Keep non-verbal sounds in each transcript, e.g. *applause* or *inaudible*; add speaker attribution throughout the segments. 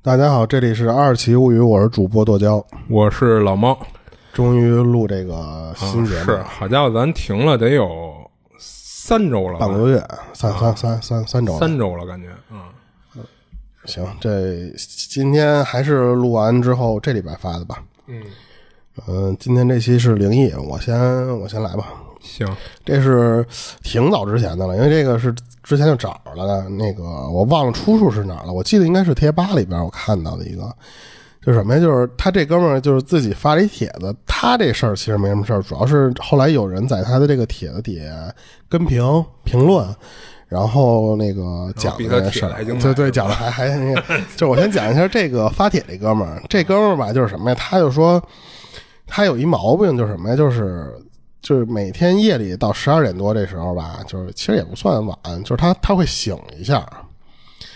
Speaker 1: 大家好，这里是《二奇物语》，我是主播剁椒，
Speaker 2: 我是老猫。
Speaker 1: 终于录这个
Speaker 2: 啊
Speaker 1: 新节目，
Speaker 2: 是，好家伙，咱停了得有三周了吧，
Speaker 1: 半个多月，三三三三三周了，
Speaker 2: 啊三周了，感觉，嗯，
Speaker 1: 行，这今天还是录完之后这礼拜发的吧。
Speaker 2: 嗯
Speaker 1: 嗯，今天这期是灵异，我先我先来吧。
Speaker 2: 行，
Speaker 1: 这是挺早之前的了，因为这个是之前就找着了的。那个我忘了出处是哪儿了，我记得应该是贴吧里边我看到的一个，就是什么呀？就是他这哥们儿就是自己发了一帖子，他这事儿其实没什么事儿，主要是后来有人在他的这个帖子底下跟评评论。然后那个讲
Speaker 2: 比
Speaker 1: 的
Speaker 2: 他
Speaker 1: 这
Speaker 2: 帖
Speaker 1: 事
Speaker 2: 子
Speaker 1: 儿
Speaker 2: 还，精彩
Speaker 1: 对对，讲的还还那个，就是我先讲一下这个发帖这哥们儿，这哥们儿吧就是什么呀？他就说他有一毛病，就是什么呀？就是就是每天夜里到十二点多这时候吧，就是其实也不算晚，就是他他会醒一下，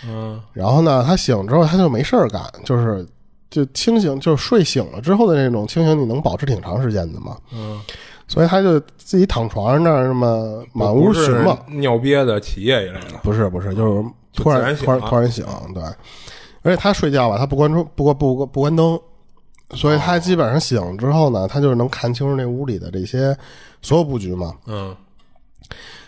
Speaker 2: 嗯，
Speaker 1: 然后呢，他醒之后他就没事儿干，就是就清醒，就是睡醒了之后的那种清醒，你能保持挺长时间的嘛。
Speaker 2: 嗯，
Speaker 1: 所以他就自己躺床上那儿那么满
Speaker 2: 不
Speaker 1: 屋
Speaker 2: 是
Speaker 1: 寻嘛，
Speaker 2: 尿憋的起夜一类的，
Speaker 1: 不是不是，就是突
Speaker 2: 就自
Speaker 1: 然
Speaker 2: 然醒
Speaker 1: 突然
Speaker 2: 了
Speaker 1: 突然醒，对。而且他睡觉吧，他不关窗，不关不关不关灯，所以
Speaker 2: 哦
Speaker 1: 他基本上醒之后呢，他就是能看清楚那屋里的这些所有布局嘛。
Speaker 2: 嗯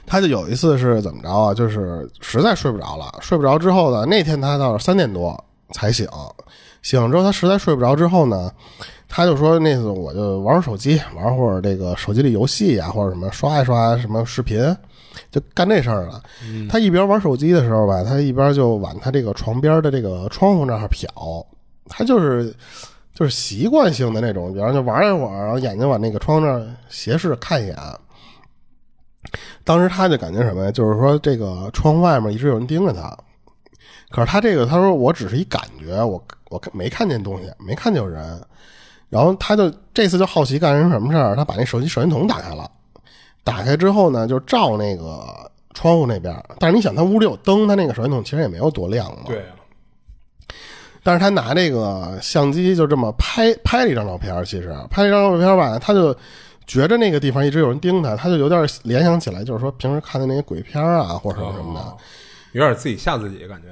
Speaker 1: 他就有一次是怎么着啊？就是实在睡不着了，睡不着之后呢，那天他到三点多才醒，醒了之后他实在睡不着之后呢，他就说那次我就玩会儿手机，玩会儿这个手机里游戏呀、或者什么刷一刷什么视频，就干这事儿了。他一边玩手机的时候吧，他一边就往他这个床边的这个窗户那儿瞟，他就是。就是习惯性的那种，比方就玩一会儿，然后眼睛往那个窗户那儿斜视看一眼，当时他就感觉什么呀？就是说这个窗外面一直有人盯着他，可是他这个他说我只是一感觉，我我没看见东西，没看见有人。然后他就这次就好奇干成什么事儿？他把那手机手电筒打开了，打开之后呢，就照那个窗户那边儿。但是你想，他屋里有灯，他那个手电筒其实也没有多亮嘛。
Speaker 2: 对啊，
Speaker 1: 但是他拿这个相机就这么拍拍了一张照片儿，其实拍了一张照片儿吧，他就觉着那个地方一直有人盯他，他就有点联想起来，就是说平时看的那些鬼片儿啊，或者什么什么的。
Speaker 2: 哦有点自己吓自己感觉，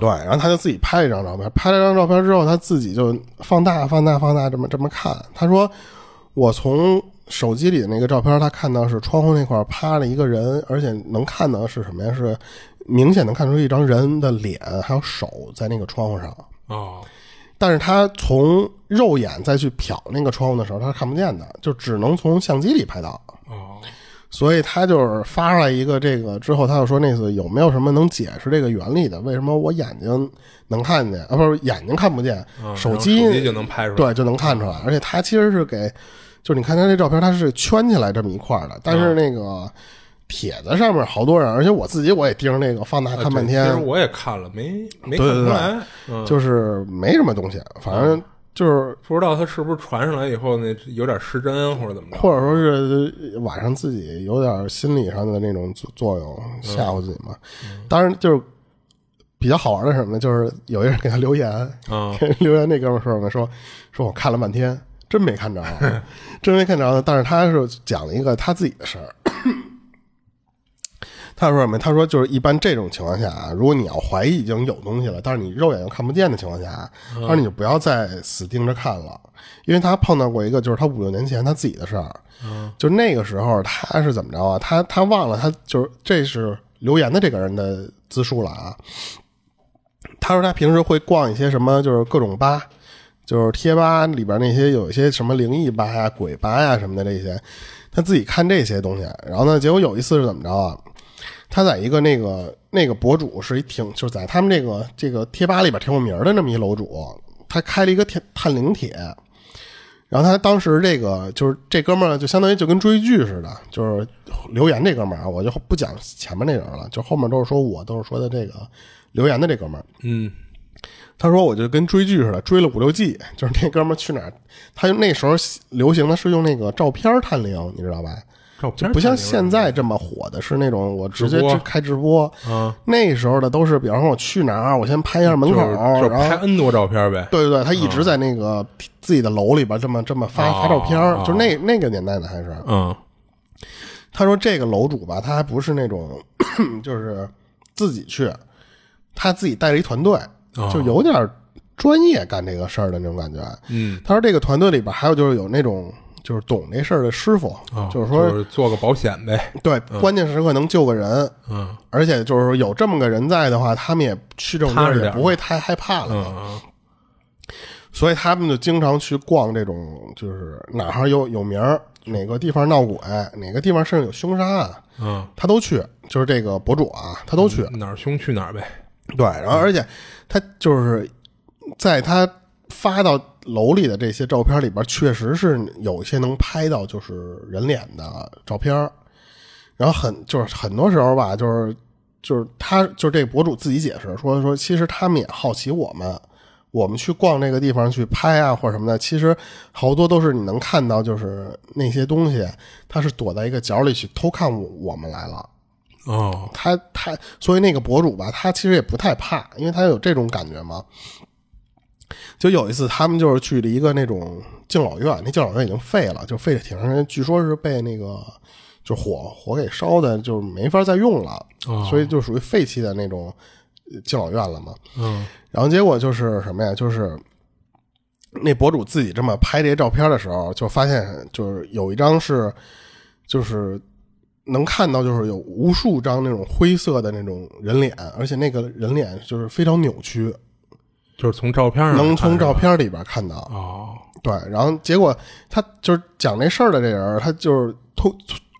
Speaker 1: 对，然后他就自己拍了一张照片，拍了一张照片之后，他自己就放大、放大、放大，这么这么看。他说：“我从手机里的那个照片，他看到是窗户那块儿趴了一个人，而且能看到是什么呀？是明显能看出一张人的脸，还有手在那个窗户上。
Speaker 2: 哦，
Speaker 1: 但是他从肉眼再去瞟那个窗户的时候，他是看不见的，就只能从相机里拍到。
Speaker 2: 哦，
Speaker 1: 所以他就是发出来一个这个之后，他就说那次有没有什么能解释这个原理的？为什么我眼睛能看见啊？不是眼睛看不见，
Speaker 2: 嗯
Speaker 1: 手
Speaker 2: 然后
Speaker 1: 机
Speaker 2: 手机就能拍出来，
Speaker 1: 对就能看出来。而且他其实是给，就是你看他这照片，他是圈起来这么一块儿的，但是那个帖子上面好多人，而且我自己我也盯着那个放大
Speaker 2: 啊，
Speaker 1: 看半
Speaker 2: 对
Speaker 1: 天
Speaker 2: 其实，我也看了，没没
Speaker 1: 对
Speaker 2: 看
Speaker 1: 对
Speaker 2: 出
Speaker 1: 对
Speaker 2: 来，嗯，
Speaker 1: 就是没什么东西，反正就是
Speaker 2: 不知道他是不是传上来以后那有点失真或者怎么着，
Speaker 1: 或者说是晚上自己有点心理上的那种作作用，吓唬自己嘛。当然就是比较好玩的是什么呢？就是有一人给他留言，*laughs*
Speaker 2: 啊，
Speaker 1: 给留言那哥们儿说什么？说说我看了半天，真没看着，啊真没看着。但是他是讲了一个他自己的事儿。 *coughs* 他说什么？他说就是一般这种情况下啊，如果你要怀疑已经有东西了，但是你肉眼又看不见的情况下，他说你就不要再死盯着看了，因为他碰到过一个就是他五六年前他自己的事儿，就那个时候他是怎么着啊？他他忘了，他就是这是留言的这个人的自述了啊。他说他平时会逛一些什么，就是各种吧，就是贴吧里边那些有一些什么灵异吧呀、鬼吧呀什么的这些，他自己看这些东西。然后呢，结果有一次是怎么着啊？他在一个那个那个博主是一挺就是在他们这个这个贴吧里边挺有名的那么一楼主，他开了一个探探灵帖，然后他当时这个就是这哥们儿就相当于就跟追剧似的，就是留言这哥们儿啊，我就不讲前面那人了，就后面都是说我都是说的这个留言的这哥们儿。
Speaker 2: 嗯，
Speaker 1: 他说我就跟追剧似的，追了五六季， *laughs* 就是那哥们儿去哪儿，他那时候流行的是用那个照片儿探灵，你知道吧？
Speaker 2: 照
Speaker 1: 就
Speaker 2: 片
Speaker 1: 不像
Speaker 2: 肯定是
Speaker 1: 现在这么火的，是那种我直接
Speaker 2: 直播
Speaker 1: 直开直播。
Speaker 2: 啊，
Speaker 1: 那时候的都是，比方说我去哪儿，我先拍一下门口，
Speaker 2: 就是就是
Speaker 1: 然
Speaker 2: 拍啊
Speaker 1: 后
Speaker 2: N 多照片呗，
Speaker 1: 对对对，他一直在那个自己的楼里边这么这么发、发照片儿，
Speaker 2: 哦
Speaker 1: 就那那个年代的还是。
Speaker 2: 嗯，
Speaker 1: 他说这个楼主吧，他还不是那种 *clears throat*
Speaker 2: 哦
Speaker 1: 就是自己去，他自己带着一团队，就有点专业干这个事儿的那种感觉。
Speaker 2: 嗯，
Speaker 1: 他说这个团队里边还有就是有那种就是懂这事儿的师傅，
Speaker 2: 啊
Speaker 1: 就是说
Speaker 2: 就是嗯做个保险呗，
Speaker 1: 对关键时刻能救个人，
Speaker 2: 嗯
Speaker 1: 而且就是说有这么个人在的话，他们也去这种地
Speaker 2: 踏
Speaker 1: 儿
Speaker 2: 实
Speaker 1: 也
Speaker 2: 点儿
Speaker 1: 不会太害怕了。
Speaker 2: 嗯
Speaker 1: 所以他们就经常去逛这种，就是哪儿有有名儿，哪个地方闹鬼，哪个地方甚至有凶杀案，
Speaker 2: 嗯
Speaker 1: 他都去。就是这个博主啊，他都去。
Speaker 2: 嗯，哪儿凶去哪儿呗，
Speaker 1: 对，然后而且他就是在他发到楼里的这些照片里边，确实是有一些能拍到就是人脸的照片儿。然后很就是很多时候吧，就是就是他就是这个博主自己解释说说，其实他们也好奇我们，我们去逛这个地方去拍啊或者什么的，其实好多都是你能看到，就是那些东西，他是躲在一个角里去偷看我我们来了。
Speaker 2: 哦，
Speaker 1: 他他，所以那个博主吧，他其实也不太怕，因为他有这种感觉嘛。就有一次，他们就是去了一个那种敬老院，那敬老院已经废了，就废了挺长时间，据说是被那个就火火给烧的，就是没法再用了，
Speaker 2: 哦
Speaker 1: 所以就属于废弃的那种呃敬老院了嘛。
Speaker 2: 嗯
Speaker 1: 然后结果就是什么呀？就是那博主自己这么拍这些照片的时候，就发现就是有一张是，就是能看到就是有无数张那种灰色的那种人脸，而且那个人脸就是非常扭曲，
Speaker 2: 就是从照片上
Speaker 1: 能
Speaker 2: 看
Speaker 1: 从
Speaker 2: 是吧
Speaker 1: 照片里边看到。
Speaker 2: 哦，
Speaker 1: 对，然后结果他就是讲这事儿的这人儿，他就是通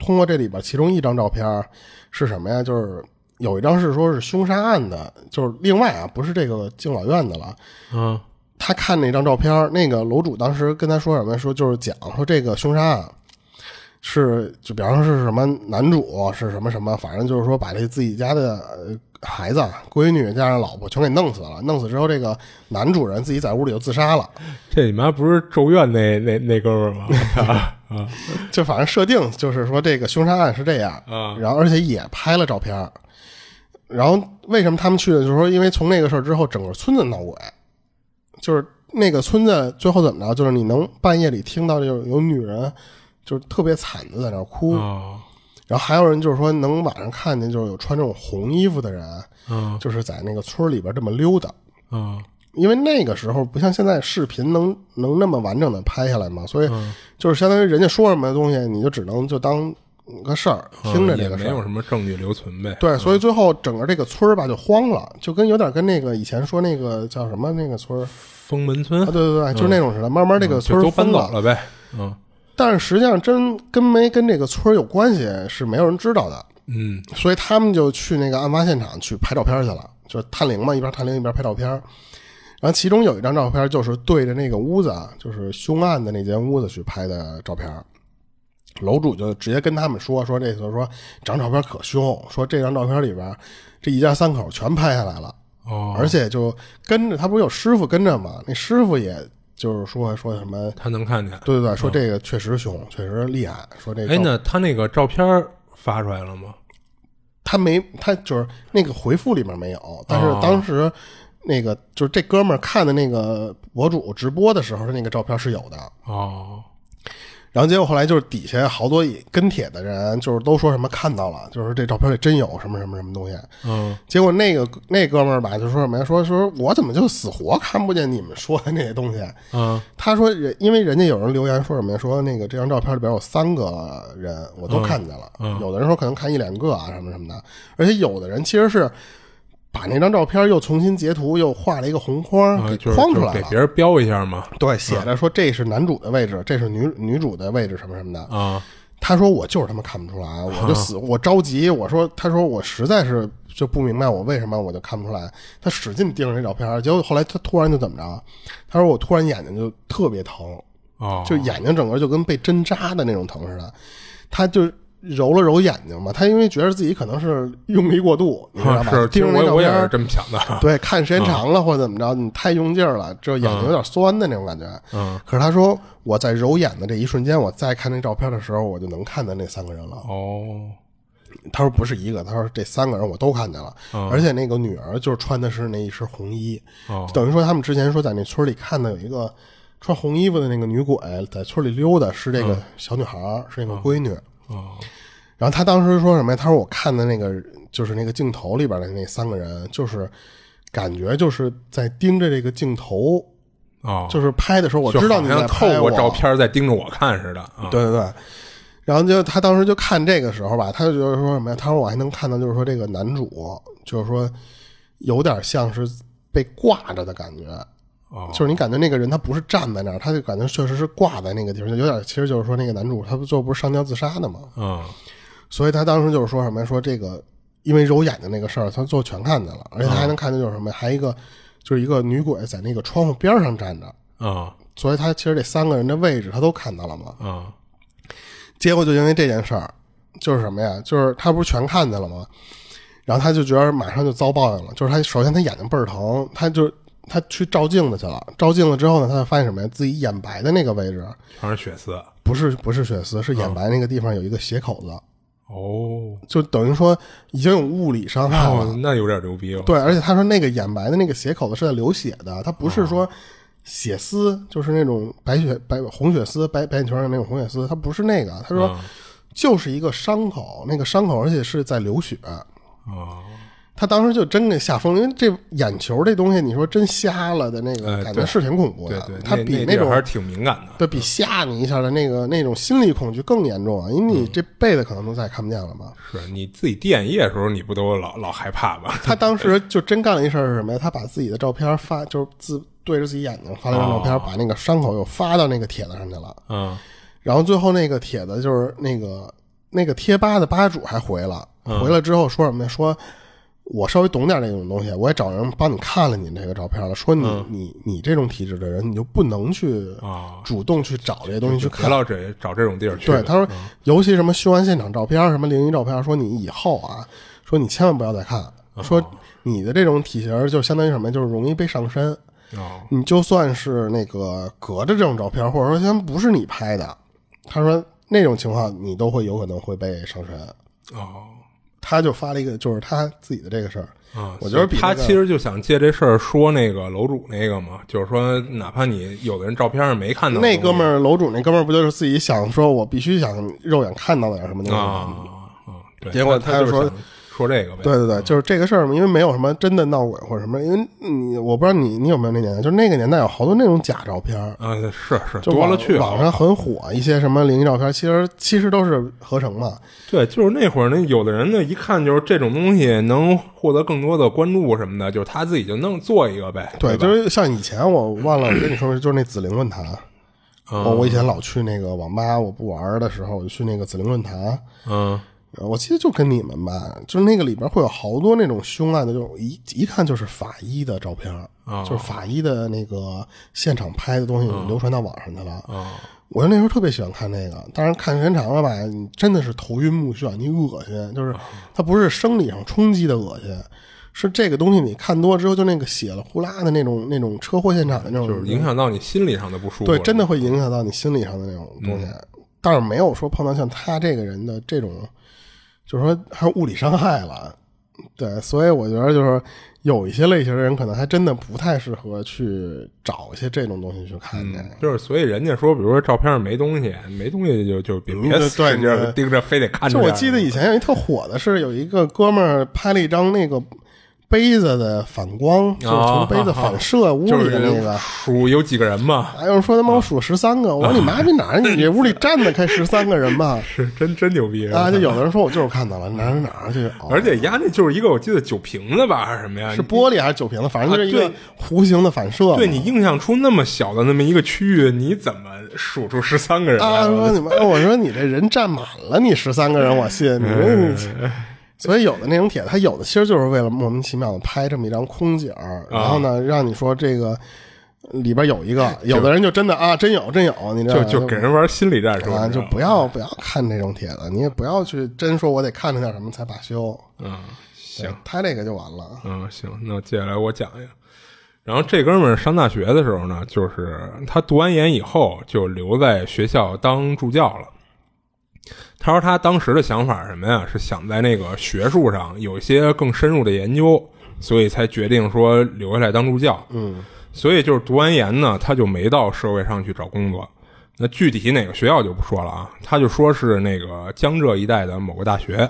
Speaker 1: 通过这里边其中一张照片儿是什么呀？就是有一张是说是凶杀案的，就是另外啊，不是这个敬老院的了。
Speaker 2: 嗯
Speaker 1: 他看那张照片儿，那个楼主当时跟他说什么？说就是讲说这个凶杀案是就比方说是什么男主啊是什么什么，反正就是说把这自己家的呃孩子、闺女加上老婆全给弄死了。弄死之后，这个男主人自己在屋里就自杀了。
Speaker 2: 这你妈不是咒怨那那那哥们儿吗？啊
Speaker 1: 就反正设定就是说这个凶杀案是这样，
Speaker 2: 啊
Speaker 1: 然后而且也拍了照片儿。然后为什么他们去的？就是说，因为从那个事儿之后，整个村子闹鬼，就是那个村子最后怎么着？就是你能半夜里听到就是有女人就是特别惨的在那儿哭，
Speaker 2: *laughs* *laughs* 哦
Speaker 1: 然后还有人就是说能晚上看见就是有穿这种红衣服的人，
Speaker 2: 嗯
Speaker 1: 就是在那个村儿里边这么溜达。
Speaker 2: 嗯
Speaker 1: 因为那个时候不像现在视频能能那么完整的拍下来嘛，所以
Speaker 2: 嗯
Speaker 1: 就是相当于人家说什么东西，你就只能就当个事儿听着这
Speaker 2: 嗯也
Speaker 1: 个
Speaker 2: 没
Speaker 1: 事儿。
Speaker 2: 有什嗯么证据留存呗，
Speaker 1: 对，所以最后整个这个村儿吧就慌了，就跟有点跟那个以前说那个叫什么那个村儿啊，
Speaker 2: 封门村
Speaker 1: 对对对，就是那种似的。慢慢这个村
Speaker 2: 嗯就
Speaker 1: 儿
Speaker 2: 都搬
Speaker 1: 疯
Speaker 2: 走了呗，嗯
Speaker 1: 但是实际上真跟没跟这个村儿有关系是没有人知道的，
Speaker 2: 嗯
Speaker 1: 所以他们就去那个案发现场去拍照片去了，就是探灵嘛，一边探灵一边拍照片。然后其中有一张照片就是对着那个屋子啊，就是凶案的那间屋子去拍的照片。楼主就直接跟他们说说这次说这张照片可凶，说这张照片里边这一家三口全拍下来了，
Speaker 2: 哦，
Speaker 1: 而且就跟着他不是有师傅跟着嘛，那师傅也就是说说什么，
Speaker 2: 他能看见。
Speaker 1: 对对对，说这个确实凶，确实厉害，说这
Speaker 2: 哎，
Speaker 1: 照
Speaker 2: 那他那个照片儿发出来了吗？
Speaker 1: 他没，他就是那个回复里面没有，但是
Speaker 2: 哦
Speaker 1: 当时那个就是这哥们儿看的那个博主直播的时候，那个照片是有的。
Speaker 2: 哦，
Speaker 1: 然后结果后来就是底下好多跟帖的人，就是都说什么看到了，就是这照片里真有什么什么什么东西。
Speaker 2: 嗯，
Speaker 1: 结果那个那哥们儿吧，就说什么呀？说说我怎么就死活看不见你们说的那些东西？
Speaker 2: 嗯，
Speaker 1: 他说人，因为人家有人留言说什么呀？说那个这张照片里边有三个人，我都看见了。
Speaker 2: 嗯
Speaker 1: 有的人说可能看一两个啊，什么什么的。而且有的人其实是把那张照片又重新截图，又画了一个红框，
Speaker 2: 啊
Speaker 1: 给
Speaker 2: 就是
Speaker 1: 框出
Speaker 2: 就是
Speaker 1: 来
Speaker 2: 给
Speaker 1: 了。
Speaker 2: 别人标一下嘛，
Speaker 1: 对，写着说这是男主的位置，这是女女主的位置，什么什么的。
Speaker 2: 啊，
Speaker 1: 他说我就是他妈看不出来，啊
Speaker 2: 嗯
Speaker 1: 我就死，我着急。我说，他说我实在是就不明白我为什么我就看不出来。他使劲盯着那照片，结果后来他突然就怎么着？啊他说我突然眼睛就特别疼。
Speaker 2: 哦，
Speaker 1: 就眼睛整个就跟被针扎的那种疼似的。他就揉了揉眼睛嘛，他因为觉得自己可能是用力过度，你知道
Speaker 2: 啊
Speaker 1: 吧？
Speaker 2: *laughs* 是，其
Speaker 1: 盯
Speaker 2: 实
Speaker 1: 着那
Speaker 2: 我
Speaker 1: 照
Speaker 2: 我
Speaker 1: 片
Speaker 2: 也是
Speaker 1: 儿，
Speaker 2: 这么想的，
Speaker 1: 对，看时间长了或者怎么着，你太用劲儿了，就眼睛有点酸的那种感觉。
Speaker 2: 嗯，
Speaker 1: 可是他说，我在揉眼的这一瞬间，我再看那照片的时候，我就能看到那三个人了。
Speaker 2: 哦，
Speaker 1: 他说不是一个，他说这三个人我都看见了，
Speaker 2: 嗯
Speaker 1: 而且那个女儿就是穿的是那一身红衣，
Speaker 2: 哦，
Speaker 1: 等于说他们之前说在那村里看到有一个穿红衣服的那个女鬼在村里溜达，是这个小女孩儿，是那个闺女。
Speaker 2: 嗯哦，
Speaker 1: 然后他当时说什么呀？他说我看的那个就是那个镜头里边的那三个人，就是感觉就是在盯着这个镜头，
Speaker 2: 哦，
Speaker 1: 就是拍的时候，我
Speaker 2: 就
Speaker 1: 知道
Speaker 2: 好
Speaker 1: 你
Speaker 2: 像
Speaker 1: 在
Speaker 2: 透
Speaker 1: 拍
Speaker 2: 过
Speaker 1: 我
Speaker 2: 照片在盯着我看似的啊。
Speaker 1: 对对对。然后就他当时就看这个时候吧，他就觉得说什么呀？他说我还能看到，就是说这个男主，就是说有点像是被挂着的感觉，
Speaker 2: 哦
Speaker 1: 就是你感觉那个人他不是站在那儿，他就感觉确实是挂在那个地方，就有点其实就是说那个男主他不最后不是上吊自杀的嘛，
Speaker 2: 嗯，
Speaker 1: 所以他当时就是说什么呀？说这个因为揉眼睛那个事儿，他最后全看见了，而且他还能看见就是什么呀，还一个就是一个女鬼在那个窗户边上站着，
Speaker 2: 啊
Speaker 1: 所以他其实这三个人的位置他都看到了嘛。
Speaker 2: 啊
Speaker 1: 结果就因为这件事儿，就是什么呀？就是他不是全看见了吗？然后他就觉得马上就遭报应了，就是他首先他眼睛倍儿疼，他就他去照镜子去了，照镜子之后呢，他就发现什么呀？自己眼白的那个位置
Speaker 2: 全是血丝。
Speaker 1: 不是不是血丝，是眼白那个地方有一个血口子，
Speaker 2: 哦，
Speaker 1: 就等于说已经有物理伤害了。
Speaker 2: 哦，那有点牛逼了。
Speaker 1: 对，而且他说那个眼白的那个血口子是在流血的，他不是
Speaker 2: 哦
Speaker 1: 说血丝，就是那种白血白红血丝、白白血球上那种红血丝，他不是那个。他
Speaker 2: 嗯
Speaker 1: 说就是一个伤口，那个伤口而且是在流血。
Speaker 2: 哦，
Speaker 1: 他当时就真给吓疯了，因为这眼球这东西，你说真瞎了的那个
Speaker 2: 哎
Speaker 1: 感觉
Speaker 2: 对
Speaker 1: 是挺恐怖
Speaker 2: 对
Speaker 1: 的。
Speaker 2: 对，
Speaker 1: 他
Speaker 2: 那
Speaker 1: 啊比
Speaker 2: 那地儿
Speaker 1: 种
Speaker 2: 还是挺敏感的。
Speaker 1: 对比吓你一下的那个那种心理恐惧更严重啊，因为
Speaker 2: 嗯
Speaker 1: 你这辈子可能都再也看不见了吧。
Speaker 2: 是你自己滴眼液的时候，你不都老老害怕吧？
Speaker 1: 他当时就真干了一事儿是什么呀？他把自己的照片发，就是自对着自己眼睛发了张照片，把那个伤口又发到那个帖子上去了。
Speaker 2: 嗯，
Speaker 1: 然后最后那个帖子就是那个那个贴吧的吧主还回了，回了之后说什么呀？说我稍微懂点那种东西，我也找人帮你看了你这个照片了。说你、你你这种体质的人，你就不能去
Speaker 2: 哦
Speaker 1: 主动去找这些东西去看
Speaker 2: 别。老这找这种嗯地儿去。
Speaker 1: 对，他说，尤其什么修完现场照片儿、什么灵异照片儿，说你以后啊，说你千万不要再看，
Speaker 2: 哦
Speaker 1: 说你的这种体型儿就相当于什么，就是容易被上身。
Speaker 2: 哦，
Speaker 1: 你就算是那个隔着这种照片儿，或者说先不是你拍的，他说那种情况你都会有可能会被上身。
Speaker 2: 哦，
Speaker 1: 他就发了一个，就是他自己的这个事儿。
Speaker 2: 啊，
Speaker 1: 我觉得比
Speaker 2: 他
Speaker 1: 那个
Speaker 2: 其实就想借这事儿说那个楼主那个嘛，就是说，哪怕你有的人照片上没看到
Speaker 1: 那哥们儿楼主那哥们儿不就是自己想说，我必须想肉眼看到点什么东西吗？
Speaker 2: 啊啊，对，
Speaker 1: 结果
Speaker 2: 他
Speaker 1: 他就
Speaker 2: 就
Speaker 1: 是说
Speaker 2: 想说这个呗，
Speaker 1: 对对对，就是这个事儿嘛，因为没有什么真的闹鬼或者什么，因为你我不知道你你有没有那年代，就是那个年代有好多那种假照片儿，
Speaker 2: 啊，是是
Speaker 1: 就
Speaker 2: 多
Speaker 1: 网
Speaker 2: 了去啊
Speaker 1: 网
Speaker 2: 了。
Speaker 1: 上很火一些什么灵异照片，其实其实都是合成嘛。
Speaker 2: 对，就是那会儿呢，有的人呢，一看就是这种东西能获得更多的关注什么的，就是他自己就弄做一个呗。
Speaker 1: 对，
Speaker 2: 对吧，
Speaker 1: 就是像以前我忘了我跟你说，就是那紫菱论坛，
Speaker 2: 嗯
Speaker 1: 我我以前老去那个网吧，我不玩儿的时候，我就去那个紫菱论坛。
Speaker 2: 嗯
Speaker 1: 呃我其实就跟你们吧，就是那个里边会有好多那种凶案的，就一一看就是法医的照片儿，
Speaker 2: 哦
Speaker 1: 就是法医的那个现场拍的东西流传到网上去了。
Speaker 2: 啊
Speaker 1: 我那时候特别喜欢看那个，当然看时间长了吧，你真的是头晕目眩，你恶心，
Speaker 2: 哦
Speaker 1: 就是它不是生理上冲击的恶心，是这个东西你看多之后，就那个血了呼啦的那种那种车祸现场的那种，
Speaker 2: 就是影响到你心理上的不嗯舒服。
Speaker 1: 对，真的会影响到你心理上的那种东西。但是没有说碰到像他这个人的这种，就是说还有物理伤害了。对，所以我觉得就是有一些类型的人可能还真的不太适合去找一些这种东西去看去。
Speaker 2: 就是，所以人家说，比如说照片上没东西，没东西就就别别
Speaker 1: 嗯对
Speaker 2: 使劲儿
Speaker 1: 对
Speaker 2: 盯着，非得看着
Speaker 1: 就
Speaker 2: 点儿。
Speaker 1: 我记得以前有一特火的是，有一个哥们儿拍了一张那个杯子的反光，就是从杯子反射屋
Speaker 2: 哦就
Speaker 1: 里的那
Speaker 2: 是啊
Speaker 1: 个。
Speaker 2: 数有几个人嘛，
Speaker 1: 还有人说他妈我数十三个，我说你妈逼哪儿？你这屋里站的开十三个人吧？
Speaker 2: 是真真牛逼
Speaker 1: 啊，就有的人说我就是看到了哪儿哪儿去，哦
Speaker 2: 而且压那就是一个我记得酒瓶子吧，还是什么呀？
Speaker 1: 是玻璃还是酒瓶子，反正就是一
Speaker 2: 啊
Speaker 1: 个弧形的反射嘛。
Speaker 2: 对你印象出那么小的那么一个区域，你怎么数出十三个人
Speaker 1: 啊，
Speaker 2: 来？
Speaker 1: 说你妈，我说你这人站满了，你十三个人，我信你
Speaker 2: 嗯
Speaker 1: 这。所以有的那种帖子，它有的其实就是为了莫名其妙的拍这么一张空景儿，
Speaker 2: 啊
Speaker 1: 然后呢，让你说这个里边有一个，有的人就真的啊，真有真有，你知道
Speaker 2: 就
Speaker 1: 吗
Speaker 2: 就给人玩心理战术，
Speaker 1: 啊，
Speaker 2: 你
Speaker 1: 就
Speaker 2: 知道吗
Speaker 1: 不要不要看这种帖子，你也不要去真说我得看着点什么才罢休。
Speaker 2: 嗯
Speaker 1: 对
Speaker 2: 行
Speaker 1: 他这个就完了。
Speaker 2: 嗯行，那接下来我讲一个。然后这哥们儿上大学的时候呢，就是他读完研以后就留在学校当助教了。他说他当时的想法是什么呀？是想在那个学术上有一些更深入的研究，所以才决定说留下来当助教。嗯，所以就是读完研呢，他就没到社会上去找工作。那具体哪个学校就不说了啊，他就说是那个江浙一带的某个大学。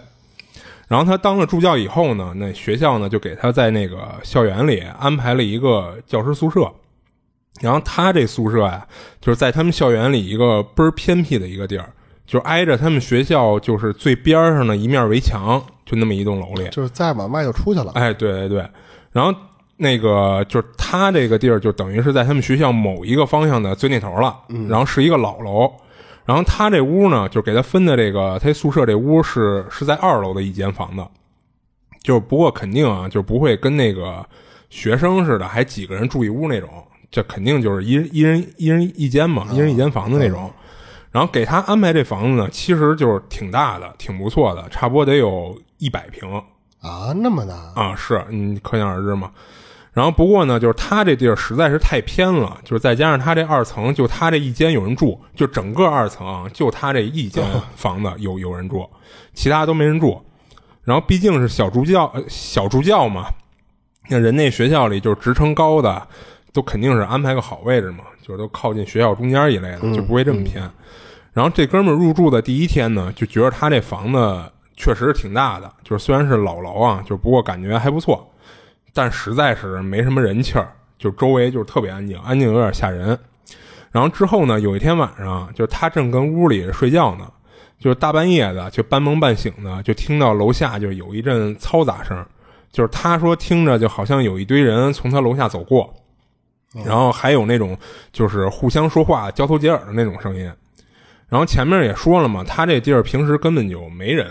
Speaker 2: 然后他当了助教以后呢，那学校呢就给他在那个校园里安排了一个教师宿舍。然后他这宿舍啊，就是在他们校园里一个倍儿偏僻的一个地儿，就挨着他们学校就是最边儿上的一面围墙，就那么一栋楼里。
Speaker 1: 就是再往外就出去了。
Speaker 2: 哎，对对对，然后那个就是他这个地儿，就等于是在他们学校某一个方向的最那头了，然后是一个老楼。然后他这屋呢，就给他分的这个他宿舍这屋是是在二楼的一间房的，就是不过肯定啊，就不会跟那个学生似的，还几个人住一屋那种，这肯定就是一人一人一人一间嘛，一人一间房的那种。然后给他安排这房子呢，其实就是挺大的，挺不错的，差不多得有一百平。
Speaker 1: 啊，那么大，
Speaker 2: 啊，是你可想而知嘛。然后不过呢，就是他这地儿实在是太偏了，就是再加上他这二层，就他这一间有人住，就整个二层啊就他这一间房子有有人住，其他都没人住。然后毕竟是小助教，呃小助教嘛，那人那学校里就是职称高的，都肯定是安排个好位置嘛，就是都靠近学校中间一类的，就不会这么偏。然后这哥们儿入住的第一天呢，就觉得他这房子确实挺大的，就是虽然是老楼啊，就不过感觉还不错，但实在是没什么人气儿，就周围就是特别安静，安静有点吓人。然后之后呢，有一天晚上，就是他正跟屋里睡觉呢，就是大半夜的，就半梦半醒的，就听到楼下就有一阵嘈杂声，就是他说听着就好像有一堆人从他楼下走过，然后还有那种就是互相说话、交头接耳的那种声音。然后前面也说了嘛，他这地儿平时根本就没人，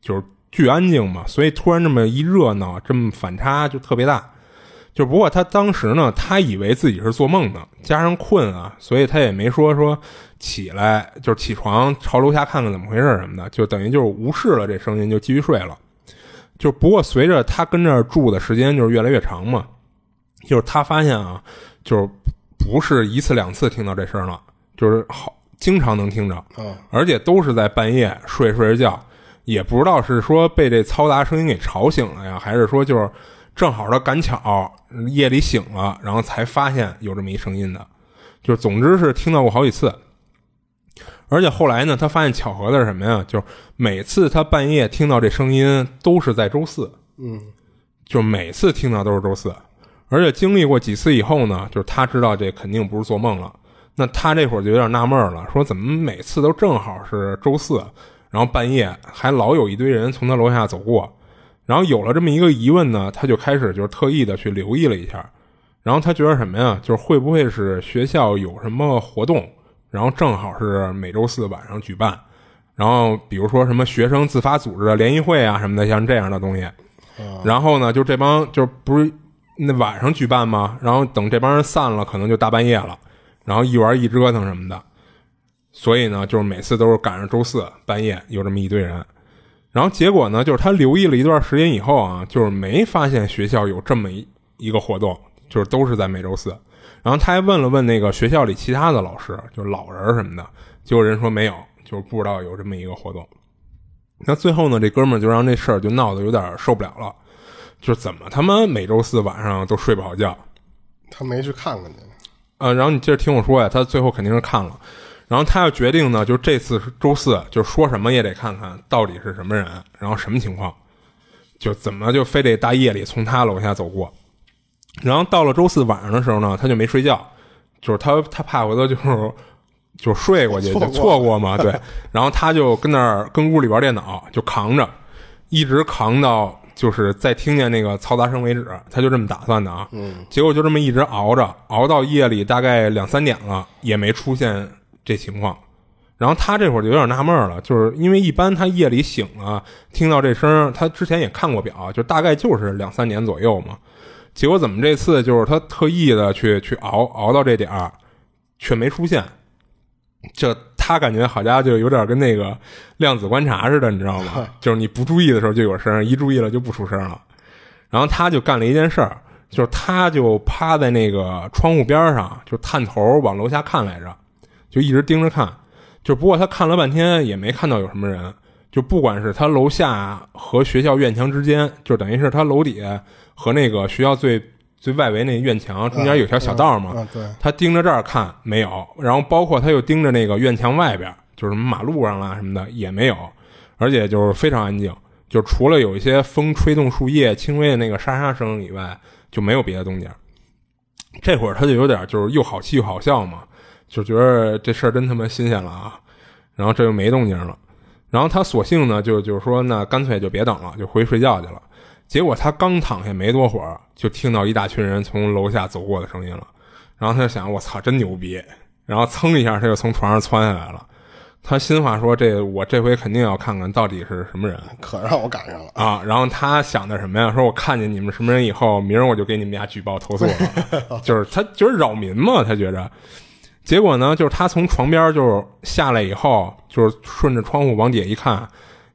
Speaker 2: 就是巨安静嘛，所以突然这么一热闹，这么反差就特别大。就不过他当时呢，他以为自己是做梦呢，加上困啊，所以他也没说说起来，就是起床朝楼下看看怎么回事什么的，就等于就是无视了这声音，就继续睡了。就不过随着他跟这儿住的时间就是越来越长嘛，就是他发现啊，就是不是一次两次听到这声了，就是好经常能听着，
Speaker 1: 嗯，
Speaker 2: 而且都是在半夜睡着睡着觉，也不知道是说被这嘈杂声音给吵醒了呀，还是说就是正好他赶巧夜里醒了，然后才发现有这么一声音的，就是总之是听到过好几次。而且后来呢，他发现巧合的是什么呀？就是每次他半夜听到这声音都是在周四，嗯，就每次听到都是周四。而且经历过几次以后呢，就是他知道这肯定不是做梦了。那他这会儿就有点纳闷了，说怎么每次都正好是周四，然后半夜还老有一堆人从他楼下走过。然后有了这么一个疑问呢，他就开始就是特意的去留意了一下。然后他觉得什么呀？就是会不会是学校有什么活动，然后正好是每周四晚上举办，然后比如说什么学生自发组织的联谊会啊什么的，像这样的东西。然后呢，就这帮就不是那晚上举办吗？然后等这帮人散了，可能就大半夜了，然后一玩一折腾什么的。所以呢，就是每次都是赶上周四半夜有这么一堆人。然后结果呢，就是他留意了一段时间以后啊，就是没发现学校有这么一一个活动，就是都是在每周四。然后他还问了问那个学校里其他的老师，就是老人什么的，结果人说没有，就是不知道有这么一个活动。那最后呢，这哥们儿就让这事儿就闹得有点受不了了，就是怎么他妈每周四晚上都睡不好觉，
Speaker 1: 他没去看看去。
Speaker 2: 呃，然后你接着听我说呀，他最后肯定是看了，然后他要决定呢，就是这次是周四，就说什么也得看看到底是什么人，然后什么情况，就怎么就非得大夜里从他楼下走过。然后到了周四晚上的时候呢，他就没睡觉，就是他他怕回头就是就睡过去
Speaker 1: 错过
Speaker 2: 就错过
Speaker 1: *laughs*
Speaker 2: 嘛，对。然后他就跟那儿跟屋里玩电脑，就扛着，一直扛到就是再听见那个嘈杂声为止，他就这么打算的啊。嗯。结果就这么一直熬着，熬到夜里大概两三点了，也没出现这情况。然后他这会儿就有点纳闷了，就是因为一般他夜里醒了，听到这声儿，他之前也看过表，啊就大概就是两三点左右嘛。结果怎么这次就是他特意的去去熬熬到这点儿，却没出现。这他感觉好家伙，就有点跟那个量子观察似的，你知道吗？就是你不注意的时候就有声儿，一注意了就不出声了。然后他就干了一件事儿，就是他就趴在那个窗户边儿上，就探头往楼下看来着，就一直盯着看。就不过他看了半天也没看到有什么人，就不管是他楼下和学校院墙之间，就等于是他楼底下和那个学校最最外围那院墙中间有条小道嘛，
Speaker 1: 啊，对，
Speaker 2: 他盯着这儿看没有，然后包括他又盯着啊那个院墙外边，就是什么马路上啦什么的也没有，而且就是非常安静，就除了有一些风吹动树叶轻微的那个沙沙声以外，就没有别的动静儿。这会儿他就有点就是又好气又好笑嘛，就觉得这事儿真他妈新鲜了啊。然后这就没动静了，然后他索性呢就就是说那干脆就别等了，就回去睡觉去了。结果他刚躺下没多会儿，就听到一大群人从楼下走过的声音了。然后他就想我操真牛逼，然后噌一下他就从床上窜下来了。他心话说这我这回肯定要看看到底是什么人。
Speaker 1: 可让我赶上了。
Speaker 2: 啊，然后他想的什么呀？说我看见你们什么人以后，明儿我就给你们家举报投诉了。就是他觉得扰民嘛，他觉着。结果呢，就是他从床边就是下来以后，就是顺着窗户往底下一看，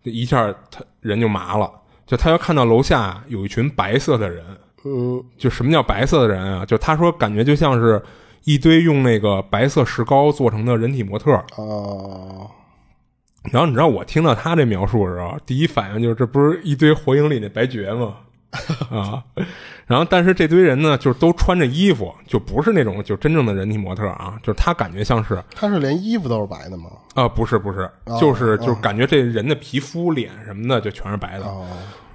Speaker 2: 一下他人就麻了。就他又看到楼下有一群白色的人，
Speaker 1: 嗯，
Speaker 2: 就什么叫白色的人啊？就他说感觉就像是一堆用那个白色石膏做成的人体模特儿，
Speaker 1: 哦，
Speaker 2: 然后你知道我听到他这描述的时候，第一反应就是这不是一堆火影里那白绝吗？啊， *laughs* 然后但是这堆人呢，就是都穿着衣服，就不是那种就真正的人体模特啊，就是他感觉像是啊、
Speaker 1: 他是连衣服都是白的吗？
Speaker 2: 呃不是不是，就是就是感觉这人的皮肤、脸什么的就全是白的，
Speaker 1: 哦，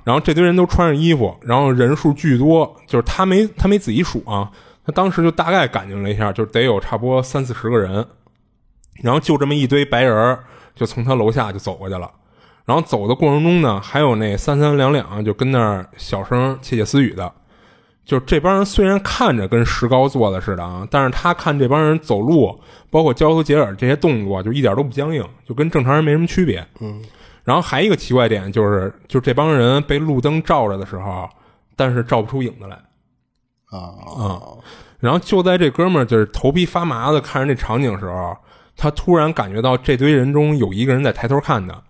Speaker 2: 然后这堆人都穿着衣服，然后人数巨多，就是他没他没仔细数啊，他当时就大概感觉了一下，就得有差不多三四十个人，然后就这么一堆白人儿就从他楼下就走过去了，然后走的过程中呢，还有那三三两两就跟那儿小声窃窃私语的，就是这帮人虽然看着跟石膏做的似的啊，但是他看这帮人走路，包括交头接耳这些动作，就一点都不僵硬，就跟正常人没什么区别。嗯。然后还有一个奇怪点就是，就这帮人被路灯照着的时候，但是照不出影子来。啊
Speaker 1: 哦，
Speaker 2: 然后就在这哥们儿就是头皮发麻的看着这场景时候，他突然感觉到这堆人中有一个人在抬头看他，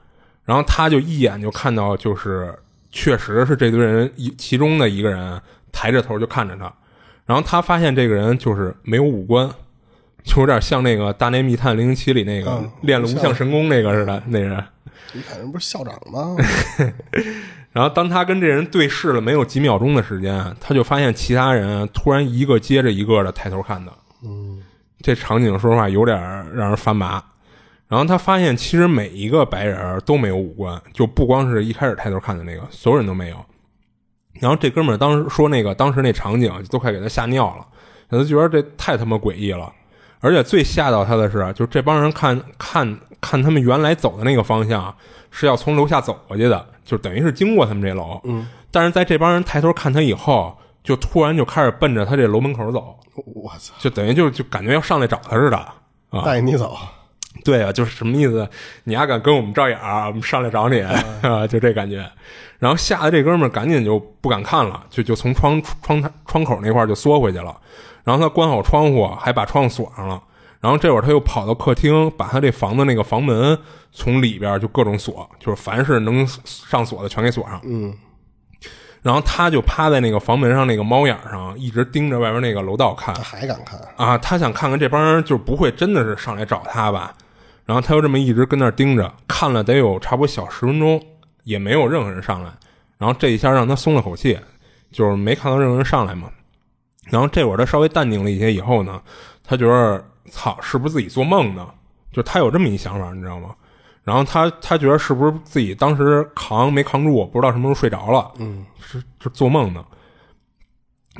Speaker 2: 然后他就一眼就看到，就是确实是这堆人一其中的一个人抬着头就看着他，然后他发现这个人就是没有五官， *laughs* 就有点像那个《大内密探零零七》里那个
Speaker 1: 嗯
Speaker 2: 练了无相神功那个似的那人。
Speaker 1: 你看人不是校长
Speaker 2: *laughs*
Speaker 1: 吗？
Speaker 2: 然后当他跟这人对视了没有几秒钟的时间，他就发现其他人突然一个接着一个的抬头看他。嗯，这场景说实话有点儿让人发麻。然后他发现其实每一个白人儿都没有五官，就不光是一开始抬头看的那个，所有人都没有。然后这哥们儿当时说那个当时那场景都快给他吓尿了，他就觉得这太他妈诡异了。而且最吓到他的是，啊就这帮人看看看他们原来走的那个方向啊是要从楼下走过去的，就等于是经过他们这楼。嗯，但是在这帮人抬头看他以后，就突然就开始奔着他这楼门口走，
Speaker 1: 我操，
Speaker 2: 就等于就就感觉要上来找他似的啊。
Speaker 1: 带你走，
Speaker 2: *laughs* 对啊，就是什么意思？你丫敢跟我们照眼儿，我们上来找你， *laughs* 啊，就这感觉。然后吓得这哥们儿赶紧就不敢看了，就就从窗窗台窗口那块儿就缩回去了。然后他关好窗户，还把窗户锁上了。然后这会儿他又跑到客厅，把他这房子那个房门从里边儿就各种锁，就是凡是能上锁的全给锁上。
Speaker 1: 嗯，
Speaker 2: 然后他就趴在那个房门上那个猫眼儿上，一直盯着外边那个楼道看
Speaker 1: 他。还敢看？
Speaker 2: 啊，他想看看这帮人就不会真的是上来找他吧？然后他就这么一直跟那儿盯着，看了得有差不多小十分钟，也没有任何人上来。然后这一下让他松了口气，就是没看到任何人上来嘛。然后这会儿他稍微淡定了一些以后呢，他觉得操，是不是自己做梦呢？就他有这么一想法，你知道吗？然后他他觉得是不是自己当时扛没扛住，我不知道什么时候睡着了，嗯，是是做梦呢。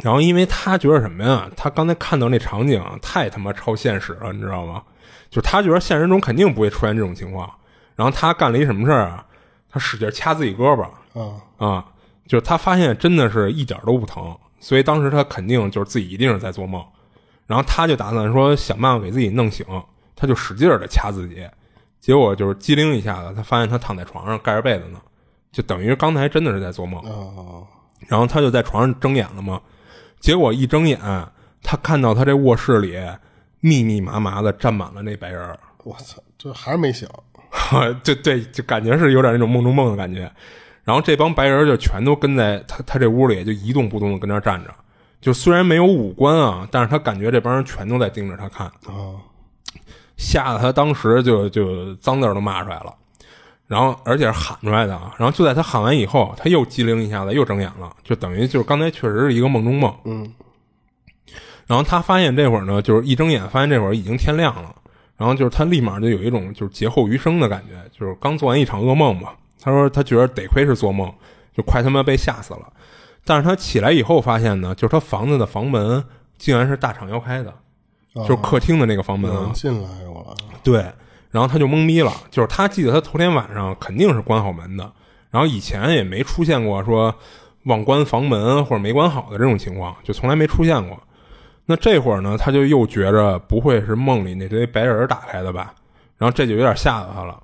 Speaker 2: 然后因为他觉得什么呀？他刚才看到那场景啊太他妈超现实了，你知道吗？就是他觉得现实中肯定不会出现这种情况。然后他干了一什么事儿啊？他使劲掐自己胳膊
Speaker 1: 啊，
Speaker 2: 啊，就是他发现真的是一点儿都不疼，所以当时他肯定就是自己一定是在做梦。然后他就打算说想办法给自己弄醒，他就使劲的掐自己，结果就是机灵一下子，他发现他躺在床上盖着被子呢，就等于刚才真的是在做梦。
Speaker 1: 哦，
Speaker 2: 然后他就在床上睁眼了嘛，结果一睁眼，他看到他这卧室里密密麻麻的站满了那白人儿，
Speaker 1: 我操，这还是没醒。
Speaker 2: 对对， *laughs* 就感觉是有点那种梦中梦的感觉。然后这帮白人儿就全都跟在他他这屋里，就一动不动的跟那儿站着，就虽然没有五官啊，但是他感觉这帮人全都在盯着他看。
Speaker 1: 哦，
Speaker 2: 吓得他当时就就脏字儿都骂出来了，然后而且是喊出来的啊。然后就在他喊完以后，他又机灵一下子，又睁眼了，就等于就是刚才确实是一个梦中梦。
Speaker 1: 嗯。
Speaker 2: 然后他发现这会儿呢，就是一睁眼发现这会儿已经天亮了，然后就是他立马就有一种就是劫后余生的感觉，就是刚做完一场噩梦嘛，他说他觉得得亏是做梦，就快他妈被吓死了。但是他起来以后发现呢，就是他房子的房门竟然是大敞腰开的，就是客厅的那个房门啊
Speaker 1: 能，啊进来我 *laughs* 了，
Speaker 2: 对，然后他就懵逼了，就是他记得他头天晚上肯定是关好门的，然后以前也没出现过说忘关房门或者没关好的这种情况，就从来没出现过。那这会儿呢，他就又觉着不会是梦里那堆白人打开的吧，然后这就有点吓到他了。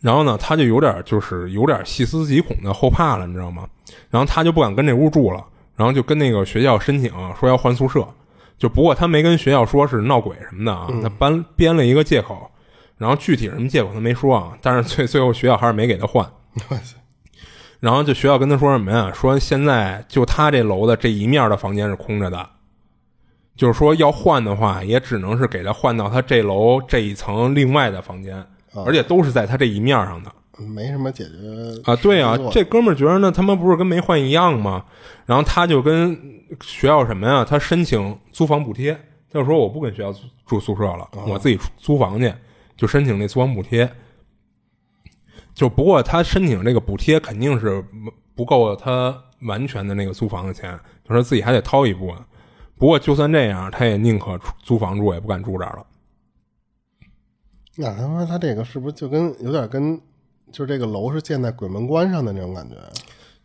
Speaker 2: 然后呢，他就有点就是有点细思极恐的后怕了，你知道吗？然后他就不敢跟这屋住了，然后就跟那个学校申请说要换宿舍，就不过他没跟学校说是闹鬼什么的啊，他搬编了一个借口，然后具体什么借口他没说啊，但是最最后学校还是没给他换。
Speaker 1: 我操
Speaker 2: 然后就学校跟他说什么呀？说现在就他这楼的这一面的房间是空着的，就是说要换的话，也只能是给他换到他这楼这一层另外的房间，而且都是在他这一面上的。
Speaker 1: 没什么解决
Speaker 2: 啊，对啊
Speaker 1: 工，作
Speaker 2: 这哥们儿觉得那他妈不是跟没换一样吗？然后他就跟学校什么呀，他申请租房补贴，他就说我不跟学校租住宿舍了，
Speaker 1: 啊
Speaker 2: 我自己出租房去，就申请那租房补贴。就不过他申请这个补贴肯定是不够他完全的那个租房的钱，就说自己还得掏一部分。不过就算这样，他也宁可出租房住，也不敢住这儿了。
Speaker 1: 那他妈他这个是不是就跟有点跟，就是这个楼是建在鬼门关上的那种感觉？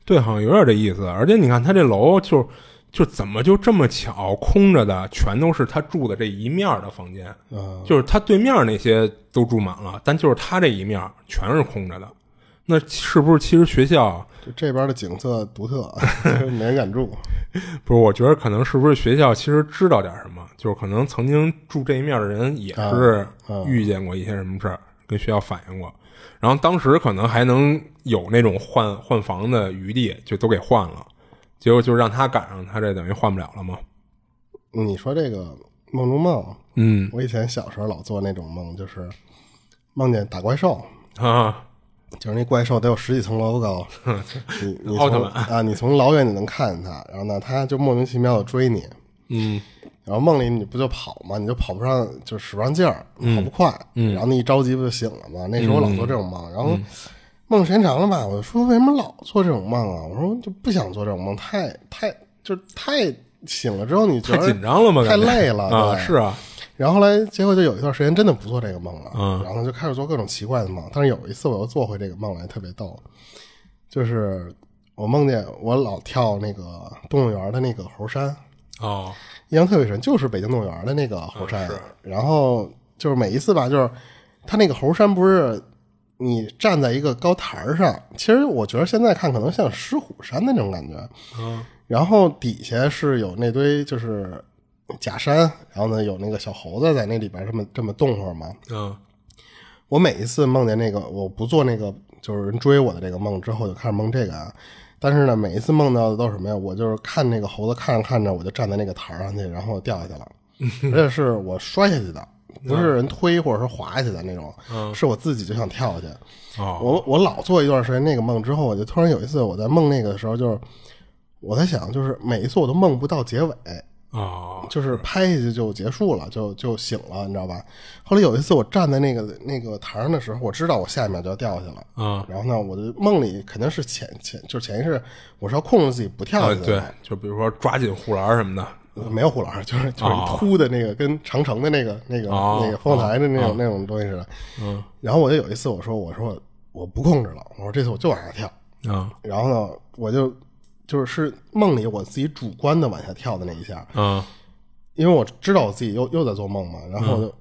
Speaker 2: 对，好像有点这意思。而且你看他这楼就就怎么就这么巧空着的，全都是他住的这一面儿的房间，
Speaker 1: 嗯，
Speaker 2: 就是他对面那些都住满了，但就是他这一面儿全是空着的。那是不是其实学校
Speaker 1: 就这边的景色独特， *laughs* 就是没人敢住。
Speaker 2: 不是？我觉得可能是不是学校其实知道点什么，就是可能曾经住这一面的人也是
Speaker 1: 啊
Speaker 2: 遇见过一些什么事儿，跟学校反映过。然后当时可能还能有那种换换房的余地，就都给换了。结果就让他赶上，他这等于换不了了嘛。
Speaker 1: 你说这个梦中梦，
Speaker 2: 嗯
Speaker 1: 我以前小时候老做那种梦，就是梦见打怪兽，
Speaker 2: 啊，
Speaker 1: 就是那怪兽得有十几层楼高，
Speaker 2: *laughs*
Speaker 1: 你你
Speaker 2: 奥特
Speaker 1: 从啊，你从老远你能看见它，然后呢，它就莫名其妙的追你，
Speaker 2: 嗯
Speaker 1: 然后梦里你不就跑嘛，你就跑不上，就使不上劲儿，
Speaker 2: 嗯
Speaker 1: 跑不快，然后那一着急不就醒了嘛？那时候我老做这种
Speaker 2: 嗯
Speaker 1: 梦，然后梦时间长了吧，我就说为什么老做这种梦啊？我说就不想做这种梦，太太就是太醒了之后你觉
Speaker 2: 太
Speaker 1: 得
Speaker 2: 紧张了嘛，
Speaker 1: 太
Speaker 2: 感觉
Speaker 1: 累了
Speaker 2: 啊，
Speaker 1: 对
Speaker 2: 是啊，
Speaker 1: 然后后来，结果就有一段时间真的不做这个梦了，
Speaker 2: 嗯
Speaker 1: 然后就开始做各种奇怪的梦。但是有一次我又做回这个梦来，特别逗，就是我梦见我老跳那个动物园的那个猴山，
Speaker 2: 哦，
Speaker 1: 印象特别深，就是北京动物园的那个猴山。然后就是每一次吧，就是它那个猴山不是你站在一个高台儿上，其实我觉得现在看可能像狮虎山的那种感觉。
Speaker 2: 嗯
Speaker 1: 然后底下是有那堆就是假山，然后呢有那个小猴子在那里边这么这么动会儿嘛。
Speaker 2: 嗯
Speaker 1: 我每一次梦见那个，我不做那个就是人追我的这个梦之后，就开始梦这个啊。但是呢，每一次梦到的都是什么呀？我就是看那个猴子，看着看着我就站在那个台儿上去，然后掉下去了，而且是我摔下去的，不是人推或者说滑下去的那种，是我自己就想跳下去。
Speaker 2: 哦，
Speaker 1: 我我老做一段时间那个梦之后，我就突然有一次我在梦那个的时候，就是我在想，就是每一次我都梦不到结尾，
Speaker 2: 哦，
Speaker 1: 就是拍下去就结束了，就就醒了，你知道吧？后来有一次我站在那个那个台上的时候，我知道我下一秒就要掉下去了。
Speaker 2: 嗯，
Speaker 1: 然后呢，我的梦里肯定是潜潜，就是潜意识，我是要控制自己不跳
Speaker 2: 啊，
Speaker 1: 下去
Speaker 2: 对
Speaker 1: 的，，
Speaker 2: 就比如说抓紧护栏儿什么的，
Speaker 1: 没有护栏， *laughs* 就是就是
Speaker 2: 哦
Speaker 1: 凸的那个，跟长城的那个那个、
Speaker 2: 哦
Speaker 1: 那个丰台的那种、那种东西似的。嗯。然后我就有一次我说我说我不控制了，我说这次我就往下跳。
Speaker 2: 嗯
Speaker 1: 然后呢，我就就是梦里我自己主观的往下跳的那一下，
Speaker 2: 嗯，
Speaker 1: 因为我知道我自己又又在做梦嘛，然后我就、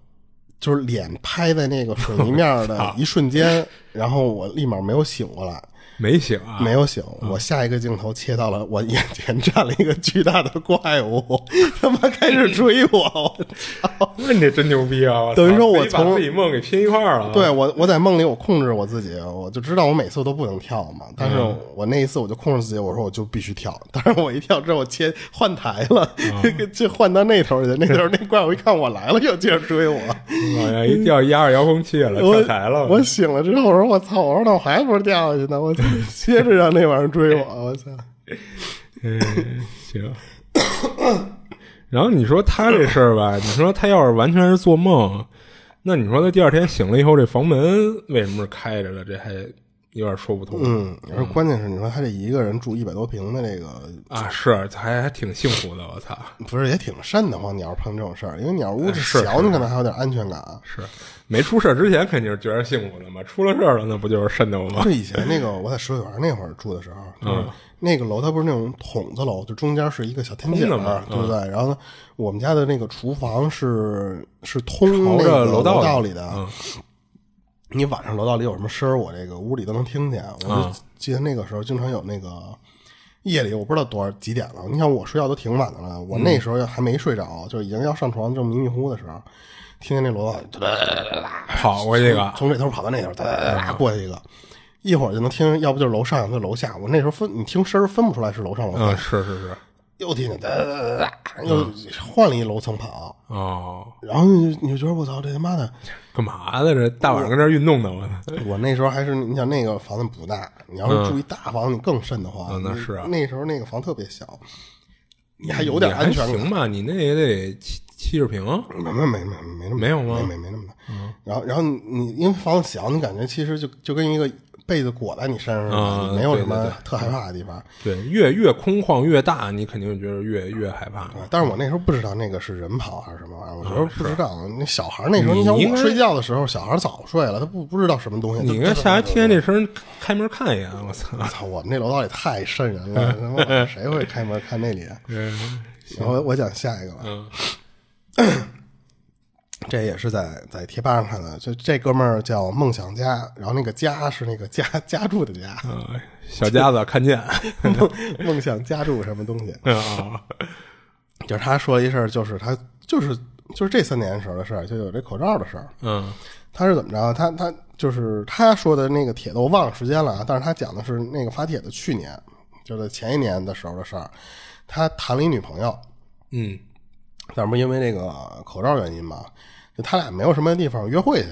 Speaker 1: 就是脸拍在那个水泥面的一瞬间，然后我立马没有醒过来，
Speaker 2: 没醒啊，
Speaker 1: 没有醒。我下一个镜头切到了我眼前站了一个巨大的怪物，他妈开始追我，我操！
Speaker 2: 那 *laughs* 你这真牛逼啊！我操
Speaker 1: 等于说我
Speaker 2: 自己把
Speaker 1: 从
Speaker 2: 自己梦给拼一块儿了，啊
Speaker 1: 对我，我在梦里我控制我自己，我就知道我每次都不能跳嘛。但是我那一次我就控制自己，我说我就必须跳。但是我一跳之后，我切换台了， *laughs* 就换到那头去。那头那怪物一看我来了，又接着追我。
Speaker 2: 哎呀，一掉压着遥控器了，
Speaker 1: 我
Speaker 2: 跳台了，
Speaker 1: 我醒了之后，我说我操，我说那我还不是掉下去呢？我
Speaker 2: *laughs*
Speaker 1: 操接着让那玩意儿追我，我操！
Speaker 2: 嗯，行。然后你说他这事儿吧，你说他要是完全是做梦，那你说他第二天醒了以后，这房门为什么是开着的？这还有点说不通。
Speaker 1: 嗯，而关键是你说他这一个人住一百多平的这个，
Speaker 2: 啊，是还还挺幸福的，我操！
Speaker 1: 不是也挺瘆得慌？你要是碰这种事儿，因为鸟屋这
Speaker 2: 哎是
Speaker 1: 小，你可能还有点安全感。啊
Speaker 2: 是没出事儿之前肯定是觉得幸福的嘛，出了事儿了那不就是瘆得我吗？嗯
Speaker 1: 就以前那个我在石头园那会儿住的时候，就是那个楼它不是那种筒子楼，就中间是一个小天井
Speaker 2: 空的嘛嗯
Speaker 1: 嘛，对不对？然后呢，我们家的那个厨房是是通
Speaker 2: 朝
Speaker 1: 那
Speaker 2: 着
Speaker 1: 个
Speaker 2: 楼道
Speaker 1: 道
Speaker 2: 的
Speaker 1: 里的
Speaker 2: 嗯，
Speaker 1: 你晚上楼道里有什么声儿，我这个屋里都能听见。我就
Speaker 2: 嗯
Speaker 1: 记得那个时候经常有那个。夜里我不知道多少几点了，你想我睡觉都挺晚的了，我
Speaker 2: 嗯
Speaker 1: 那时候还没睡着，就已经要上床，正迷迷糊糊的时候，听见那楼道哒哒哒哒哒哒
Speaker 2: 跑过去个，啊
Speaker 1: 从这头跑到那头，哒哒哒哒过去一个，一会儿就能听，要不就是楼上，要不就是楼下。我那时候分，你听声儿分不出来是楼上楼下，
Speaker 2: 嗯，是是是，
Speaker 1: 又听见哒哒哒哒哒，又换了一楼层跑，
Speaker 2: 哦，
Speaker 1: 然后你就你就觉得我操，这他妈的！
Speaker 2: 干嘛呢？这大晚上跟这儿运动呢，我
Speaker 1: 我那时候还是你想那个房子不大，你要是住一大房，你更瘆得
Speaker 2: 嗯
Speaker 1: 慌。
Speaker 2: 那是啊
Speaker 1: 那时候那个房特别小，你还有点安全
Speaker 2: 你
Speaker 1: 感。
Speaker 2: 还行吧？你那也得七七十平，
Speaker 1: 没没没没没那么
Speaker 2: 没有吗嗯
Speaker 1: 没没没那么大。然后然后你因为房子小，你感觉其实就就跟一个被子裹在你身上似
Speaker 2: 啊
Speaker 1: 的，没有
Speaker 2: 对
Speaker 1: 什
Speaker 2: 对
Speaker 1: 么
Speaker 2: 对
Speaker 1: 特害怕的地方。
Speaker 2: 对，越越空旷越大，你肯定觉得越越害怕。
Speaker 1: 对但是我那时候不知道那个是人跑还是什么玩意儿，我觉得不知道。那小孩儿那时候，
Speaker 2: 嗯你
Speaker 1: 你想
Speaker 2: 应
Speaker 1: 我
Speaker 2: 该
Speaker 1: 睡觉的时候，小孩儿早睡了，他不不知道什么东西。
Speaker 2: 你应该下来听见这声儿，开门看一眼。
Speaker 1: *laughs*
Speaker 2: 我操！
Speaker 1: 这，操！我们那楼道里太瘆人了，
Speaker 2: *laughs*
Speaker 1: 他妈谁会开门看那里？
Speaker 2: 嗯
Speaker 1: 然后我讲下一个吧，
Speaker 2: 嗯
Speaker 1: *coughs* 这也是在在贴吧上看的，就这哥们儿叫梦想家，然后那个家是那个家家住的家， *laughs*
Speaker 2: 啊，小家子看见
Speaker 1: 啊梦梦想家住什么东西？
Speaker 2: 啊，
Speaker 1: 就是他说一事儿，就是他就是就是这三年的时候的事儿，就有这口罩的事儿。
Speaker 2: *laughs* 嗯
Speaker 1: 他是怎么着？他他就是他说的那个帖子，我忘了时间了啊。但是他讲的是那个发帖的去年，就是前一年的时候的事儿。他谈了一女朋友，
Speaker 2: 嗯
Speaker 1: 但不是因为那个口罩原因嘛，就他俩没有什么地方约会去，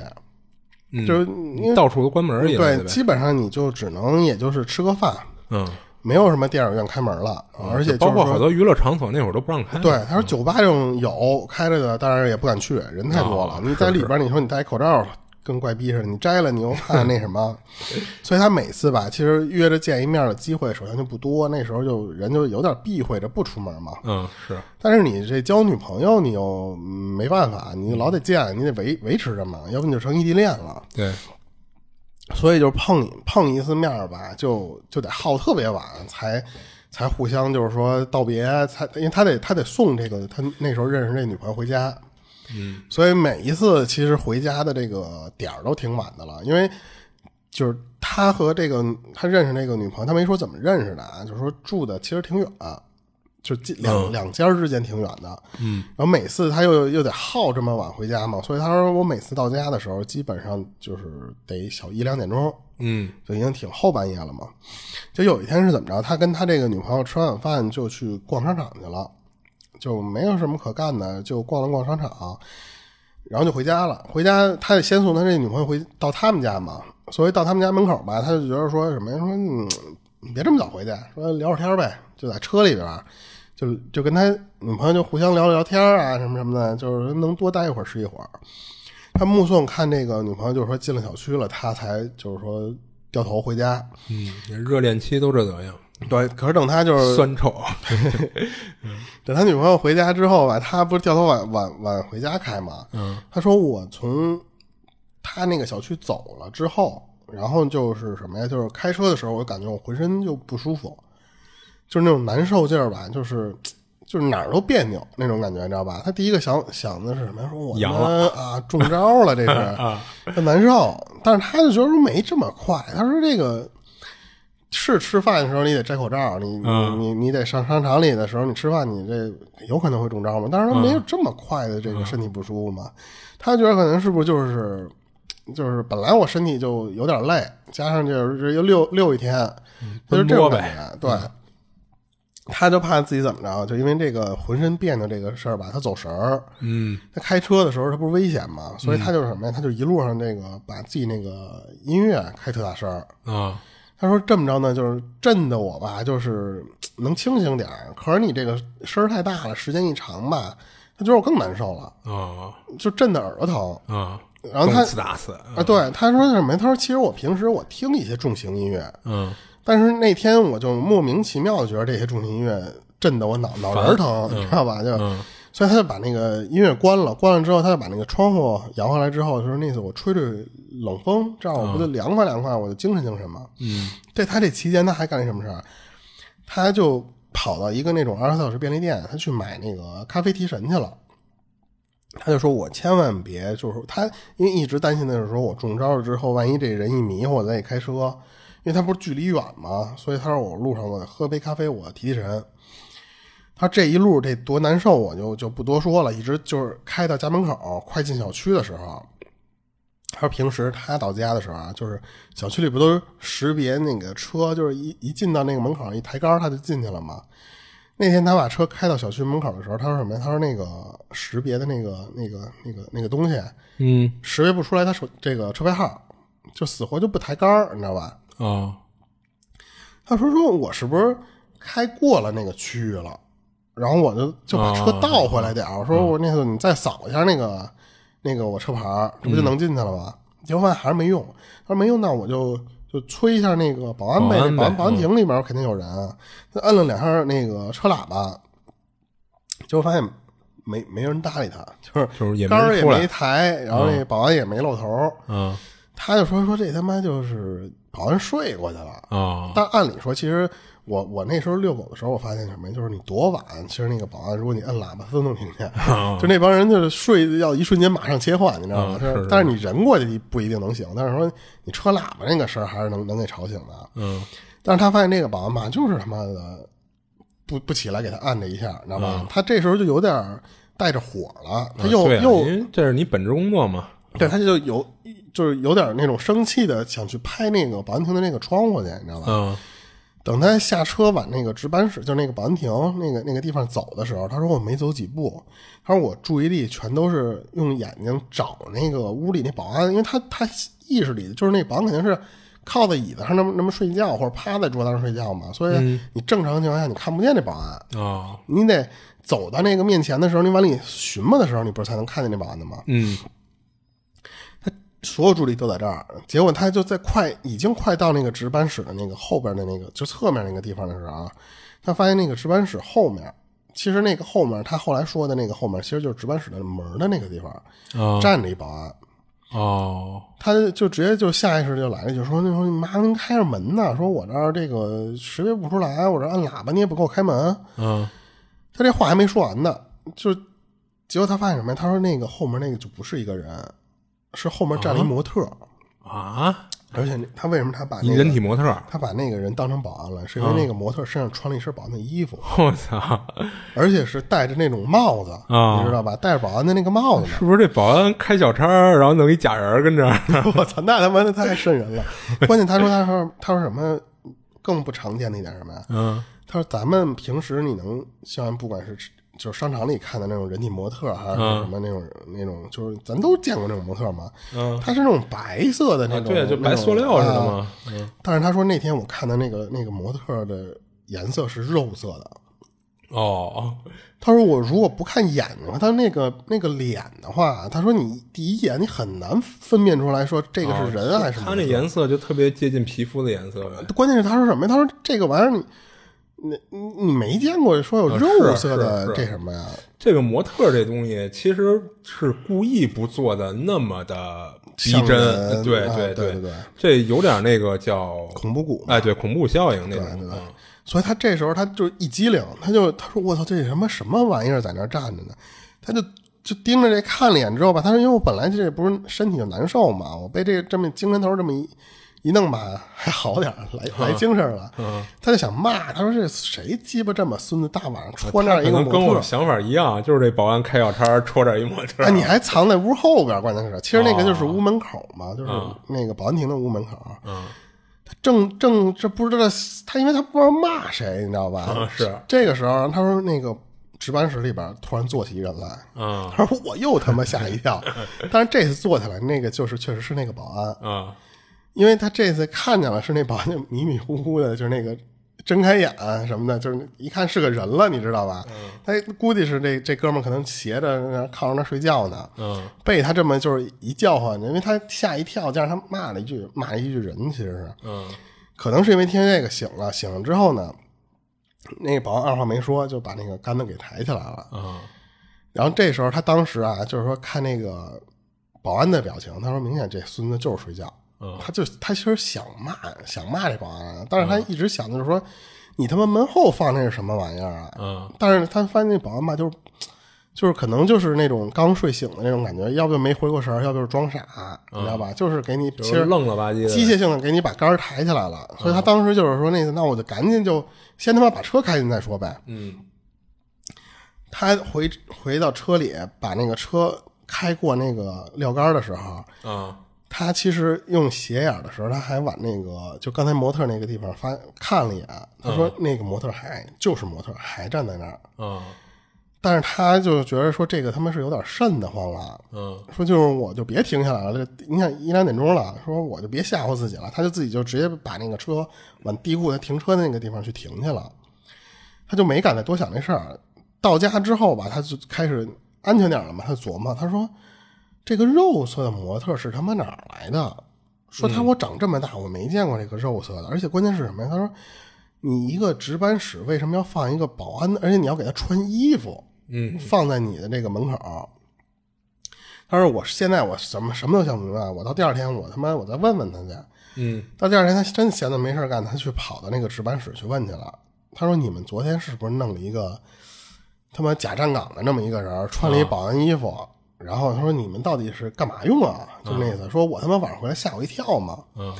Speaker 2: 嗯，
Speaker 1: 就是因
Speaker 2: 到处都关门儿
Speaker 1: 为
Speaker 2: 也是
Speaker 1: 对，
Speaker 2: 呗。
Speaker 1: 基本上你就只能也就是吃个饭，
Speaker 2: 嗯，
Speaker 1: 没有什么电影院开门了，而且就
Speaker 2: 包
Speaker 1: 是
Speaker 2: 括好
Speaker 1: 说。
Speaker 2: 多娱乐场所那会儿都不让开。
Speaker 1: 对，他说酒吧这种有开着的，但是也不敢去，人太多了。
Speaker 2: 哦
Speaker 1: 你在里边，你说你戴口罩跟怪逼似的，你摘了你又怕那什么，所以他每次吧，其实约着见一面的机会首先就不多，那时候就人就有点避讳着不出门嘛。
Speaker 2: 嗯，是
Speaker 1: 但是你这交女朋友，你又嗯没办法，你老得见，你得维维持着嘛，要不你就成异地恋了。
Speaker 2: 对，
Speaker 1: 所以就碰碰一次面儿吧，就就得耗特别晚才才互相就是说道别，才因为他得他得送这个他那时候认识这女朋友回家，嗯，所以每一次其实回家的这个点儿都挺晚的了，因为就是他和这个他认识那个女朋友，他没说怎么认识的啊，就是说住的其实挺远、就近两、两家之间挺远的，嗯，然后每次他又又得耗这么晚回家嘛，所以他说我每次到家的时候，基本上就是得小一两点钟，
Speaker 2: 嗯
Speaker 1: 就已经挺后半夜了嘛。就有一天是怎么着，他跟他这个女朋友吃完晚饭就去逛商场去了，就没有什么可干的，就逛了逛商场，然后就回家了。回家他得先送他这女朋友回到他们家嘛，所以到他们家门口吧，他就觉得说什么呀，说嗯你别这么早回去，说聊会儿天儿呗，就在车里边儿。就就跟他女朋友就互相聊聊天儿啊，什么什么的，就是能多待一会儿是一会儿。他目送看这个女朋友，就是说进了小区了，他才就是说掉头回家。
Speaker 2: 嗯，热恋期都这德行，
Speaker 1: 对，可是等他就是
Speaker 2: 酸
Speaker 1: *laughs*
Speaker 2: 臭。
Speaker 1: 等他女朋友回家之后吧，他不是掉头往往往回家开吗？嗯，他说我从他那个小区走了之后，然后就是什么呀？就是开车的时候，我就感觉我浑身就不舒服，就是那种难受劲儿吧，就是。就是哪儿都别扭那种感觉，你知道吧？他第一个想想的是什么呀？说我他
Speaker 2: 阳
Speaker 1: 妈啊中招了，这是
Speaker 2: 啊
Speaker 1: 他难受。但是他就觉得说没这么快，他说这个是吃饭的时候你得摘口罩，你你
Speaker 2: 嗯
Speaker 1: 你你得上商场里的时候，你吃饭你这有可能会中招嘛？但是他没
Speaker 2: 嗯
Speaker 1: 有这么快的这个身体不舒服嘛，他觉得可能是不是就是就是本来我身体就有点累，加上就是又溜溜一天，他就这种
Speaker 2: 嗯奔波
Speaker 1: 感
Speaker 2: 呗嗯
Speaker 1: 觉，对。他就怕自己怎么着，就因为这个浑身别扭这个事儿吧，他走神儿，
Speaker 2: 嗯
Speaker 1: 他开车的时候他不是危险嘛，所以他就是什么呀？他就一路上这个把自己那个音乐开特大声儿，
Speaker 2: 啊，
Speaker 1: 他说这么着呢，就是震的我吧，就是嘖能清醒点儿。可是你这个声儿太大了，时间一长吧，他觉得我更难受了，
Speaker 2: 啊
Speaker 1: 就震的耳朵疼。
Speaker 2: 啊
Speaker 1: 然后他
Speaker 2: 动次打次，
Speaker 1: 啊，对，他说是什么？他说其实我平时我听一些重型音乐，
Speaker 2: 嗯，
Speaker 1: 但是那天我就莫名其妙的觉得这些重型音乐震得我脑脑仁儿疼，你知道吧？就、所以他就把那个音乐关了，关了之后，他就把那个窗户摇下来之后，就说那次我吹吹冷风，这样我不就凉快凉快，我就精神精神嘛。嗯，对他这期间他还干了什么事儿？他就跑到一个那种二十四小时便利店，他去买那个咖啡提神去了。他就说：“我千万别，就是说他，因为一直担心的是说，我中招了之后，万一这人一迷糊，我再一开车，因为他不是距离远嘛，所以他说我路上我得喝杯咖啡，我提提神。他这一路这多难受，我就就不多说了，一直就是开到家门口，快进小区的时候，他说平时他到家的时候啊，就是小区里不都识别那个车，就是一一进到那个门口一抬杆儿他就进去了嘛。那天他把车开到小区门口的时候，他说什么呀？他说那个识别的那个那个那个那个东西
Speaker 2: 嗯
Speaker 1: 识别不出来他手这个车牌号，就死活就不抬杆儿，你知道吧？
Speaker 2: 啊
Speaker 1: 他说说我是不是开过了那个区域了？然后我就就把车
Speaker 2: 啊
Speaker 1: 倒回来点儿，我说我那次你再扫一下那个那个我车牌儿，这不就能进去了
Speaker 2: 嗯
Speaker 1: 吗？结果发现还是没用，他说没用，那我就就催一下那个保安呗，
Speaker 2: 保安
Speaker 1: 那
Speaker 2: 呗
Speaker 1: 保安
Speaker 2: 嗯
Speaker 1: 保安亭里面肯定有人，他摁了两下那个车喇叭，结果发现没没人搭理他，就是
Speaker 2: 就是也没
Speaker 1: 杆儿也
Speaker 2: 出来嗯
Speaker 1: 没抬，然后那保安也没露头，
Speaker 2: 啊
Speaker 1: 他就说说这他妈就是保安睡过去了。
Speaker 2: 啊
Speaker 1: 但按理说，其实我我那时候遛狗的时候，我发现什么呀，就是你多晚，其实那个保安，如果你摁喇叭，分分钟听见。*laughs*
Speaker 2: 啊
Speaker 1: 就那帮人就是睡要一瞬间马上切换，你知道吗？
Speaker 2: 啊
Speaker 1: 就是
Speaker 2: 是
Speaker 1: 但是你人过去不一定能醒，但是说你车喇叭那个事儿还是能能给吵醒的。啊
Speaker 2: 嗯
Speaker 1: 但是他发现这个保安吧，就是他妈的不不起来给他按这一下，你知道吧？他这时候就有点儿带着火了，他又、
Speaker 2: 嗯对啊
Speaker 1: 又
Speaker 2: 因为这是你本职工作嘛，
Speaker 1: 对，他就有就是有点儿那种生气的想去拍那个保安亭的那个窗户去，你知道吧？
Speaker 2: 嗯
Speaker 1: 等他下车往那个值班室，就是那个保安亭那个那个地方走的时候，他说我没走几步，他说我注意力全都是用眼睛找那个屋里那保安，因为他他意识里就是那保安肯定是靠在椅子上那么那么睡觉，或者趴在桌子上睡觉嘛，所以你正常情况下你看不见那保安，
Speaker 2: 啊
Speaker 1: 你得走到那个面前的时候，你往里寻摸的时候，你不是才能看见那保安的吗？
Speaker 2: 嗯
Speaker 1: 所有助力都在这儿，结果他就在快已经快到那个值班室的那个后边的那个就侧面那个地方的时候啊，他发现那个值班室后面，其实那个后面他后来说的那个后面，其实就是值班室的门的那个地方
Speaker 2: 啊
Speaker 1: 站着一保安，
Speaker 2: 哦
Speaker 1: 他就直接就下意识就来了一句说：“那说你妈能开着门呢？说我这儿这个识别不出来，我这按喇叭你也不给我开门。”
Speaker 2: 嗯
Speaker 1: 他这话还没说完呢，就结果他发现什么呀？他说那个后面那个就不是一个人，是后面站了一模特。
Speaker 2: 啊，
Speaker 1: 而且那他为什么他把、那
Speaker 2: 你
Speaker 1: 个、
Speaker 2: 人啊体模特儿，
Speaker 1: 他把那个人当成保安了，是因为那个模特身上穿了一身保安的衣服，
Speaker 2: 我操！
Speaker 1: 而且是戴着那种帽子，
Speaker 2: 啊
Speaker 1: 你知道吧？戴着保安的那个帽子呢。
Speaker 2: 是不是这保安开小差儿，然后弄一假人儿跟这儿？
Speaker 1: *laughs*
Speaker 2: *laughs*
Speaker 1: 我操，那他妈的太瘆人了！关键他说他说他说什么更不常见的一点是什么呀？
Speaker 2: 嗯
Speaker 1: 他说咱们平时你能像不管是就是商场里看的那种人体模特，还是
Speaker 2: 嗯
Speaker 1: 什么那种、那种，就是咱都见过那种模特嘛。
Speaker 2: 嗯，
Speaker 1: 他是那种白色的那
Speaker 2: 啊
Speaker 1: 种，
Speaker 2: 对，就白塑料似的嘛。嗯
Speaker 1: 但是他说那天我看的那个那个模特的颜色是肉色的。
Speaker 2: 哦，
Speaker 1: 他说我如果不看眼的话，他那个那个脸的话，他说你第一眼你很难分辨出来说这个是人啊还是模特
Speaker 2: 哦它那颜色就特别接近皮肤的颜色呗。
Speaker 1: 关键是他说什么呀？他说这个玩意儿你。你你你没见过说有
Speaker 2: 啊
Speaker 1: 肉
Speaker 2: 是
Speaker 1: 色
Speaker 2: 是
Speaker 1: 的
Speaker 2: 是
Speaker 1: 这什么呀？
Speaker 2: 这个模特这东西其实是故意不做的那么的逼
Speaker 1: 像
Speaker 2: 真，
Speaker 1: 人
Speaker 2: 对
Speaker 1: 啊对
Speaker 2: 对
Speaker 1: 对对
Speaker 2: 这有点那个叫
Speaker 1: 恐怖谷嘛
Speaker 2: 哎，对恐怖效应那种。嗯
Speaker 1: 所以他这时候他就一激灵，他就他说我操，这什么什么玩意儿在那儿站着呢？他就就盯着这看了一眼之后吧，他说因为我本来这不是身体就难受嘛，我被这这么精神头这么一一弄吧，还好点儿，来来
Speaker 2: 嗯
Speaker 1: 精神了。他就想骂，他说这谁鸡巴这么孙子，大晚上穿这样一
Speaker 2: 啊可
Speaker 1: 个
Speaker 2: 能跟
Speaker 1: 模特
Speaker 2: 我们。想法一样，就是这保安开小差儿，戳着一模特
Speaker 1: 哎，
Speaker 2: 儿。
Speaker 1: 你还藏在屋后边，关键是，其实那个
Speaker 2: 啊哦
Speaker 1: 就是屋门口嘛，就是
Speaker 2: 嗯
Speaker 1: 那个保安亭的屋门口。
Speaker 2: 嗯
Speaker 1: 他正正这不知道他，因为他不知道骂谁，你知道吧？
Speaker 2: 啊是
Speaker 1: 这个时候，他说那个值班室里边突然坐起一人来，
Speaker 2: 嗯
Speaker 1: 他说我又他妈吓一
Speaker 2: *laughs*
Speaker 1: 跳，但是这次坐起来那个就是确实是那个保安，
Speaker 2: 啊
Speaker 1: 因为他这次看见了是那保安就迷迷糊糊的，就是那个睁开眼什么的，就是一看是个人了，你知道吧？
Speaker 2: 嗯
Speaker 1: 他估计是这这哥们儿可能斜着那靠着那睡觉呢，
Speaker 2: 嗯，
Speaker 1: 被他这么就是一叫唤，因为他吓一跳，加上他骂了一句骂了一句人，其实是
Speaker 2: 嗯，
Speaker 1: 可能是因为听见这个醒了，醒了之后呢，那保安二话没说就把那个杆子给抬起来了。
Speaker 2: 嗯，
Speaker 1: 然后这时候他当时啊，就是说看那个保安的表情，他说明显这孙子就是睡觉，
Speaker 2: 嗯
Speaker 1: 他就他其实想骂想骂这保安，啊但是他一直想的就是说、你他妈门后放那是什么玩意儿啊？
Speaker 2: 嗯，
Speaker 1: 但是他发现那保安吧，就是就是可能就是那种刚睡醒的那种感觉，要不就没回过神儿，要不就是装傻，你知道吧？就是给你
Speaker 2: 嗯就
Speaker 1: 其
Speaker 2: 是
Speaker 1: 实
Speaker 2: 愣了吧唧的，嗯
Speaker 1: 机械性的给你把杆儿抬起来了，所以他当时就是说那个，那我就赶紧就先他妈把车开进再说呗。
Speaker 2: 嗯
Speaker 1: 他回回到车里，把那个车开过那个撂杆儿的时候，
Speaker 2: 啊
Speaker 1: 他其实用斜眼儿的时候，他还往那个就刚才模特那个地方发看了一眼。他
Speaker 2: 嗯
Speaker 1: 说那个模特还就是模特还站在那儿，
Speaker 2: 啊
Speaker 1: 但是他就觉得说这个他妈是有点瘆得慌啊了。
Speaker 2: 嗯
Speaker 1: 说就是我就别停下来了，这你看一两点钟了，说我就别吓唬自己了，他就自己就直接把那个车往地库他停车的那个地方去停去了，他就没敢再多想那事儿。到家之后吧，他就开始安全点了嘛，他琢磨，他说这个肉色的模特是他妈哪儿来的？说他我长这么大我没见过这个肉色的，而且关键是什么呀？他说你一个值班室为什么要放一个保安的？而且你要给他穿衣服，
Speaker 2: 嗯
Speaker 1: 放在你的这个门口。他说：“我现在我什么什么都想不明白，我到第二天我他妈我再问问他去。
Speaker 2: 嗯
Speaker 1: 到第二天他真闲的没事干，他去跑到那个值班室去问去了。他说：‘你们昨天是不是弄了一个他妈假站岗的那么一个人，穿了一保安衣服？’然后他说：‘你们到底是干嘛用啊？’就那意思，说我他妈晚上回来吓我一跳嘛。
Speaker 2: 嗯，
Speaker 1: 啊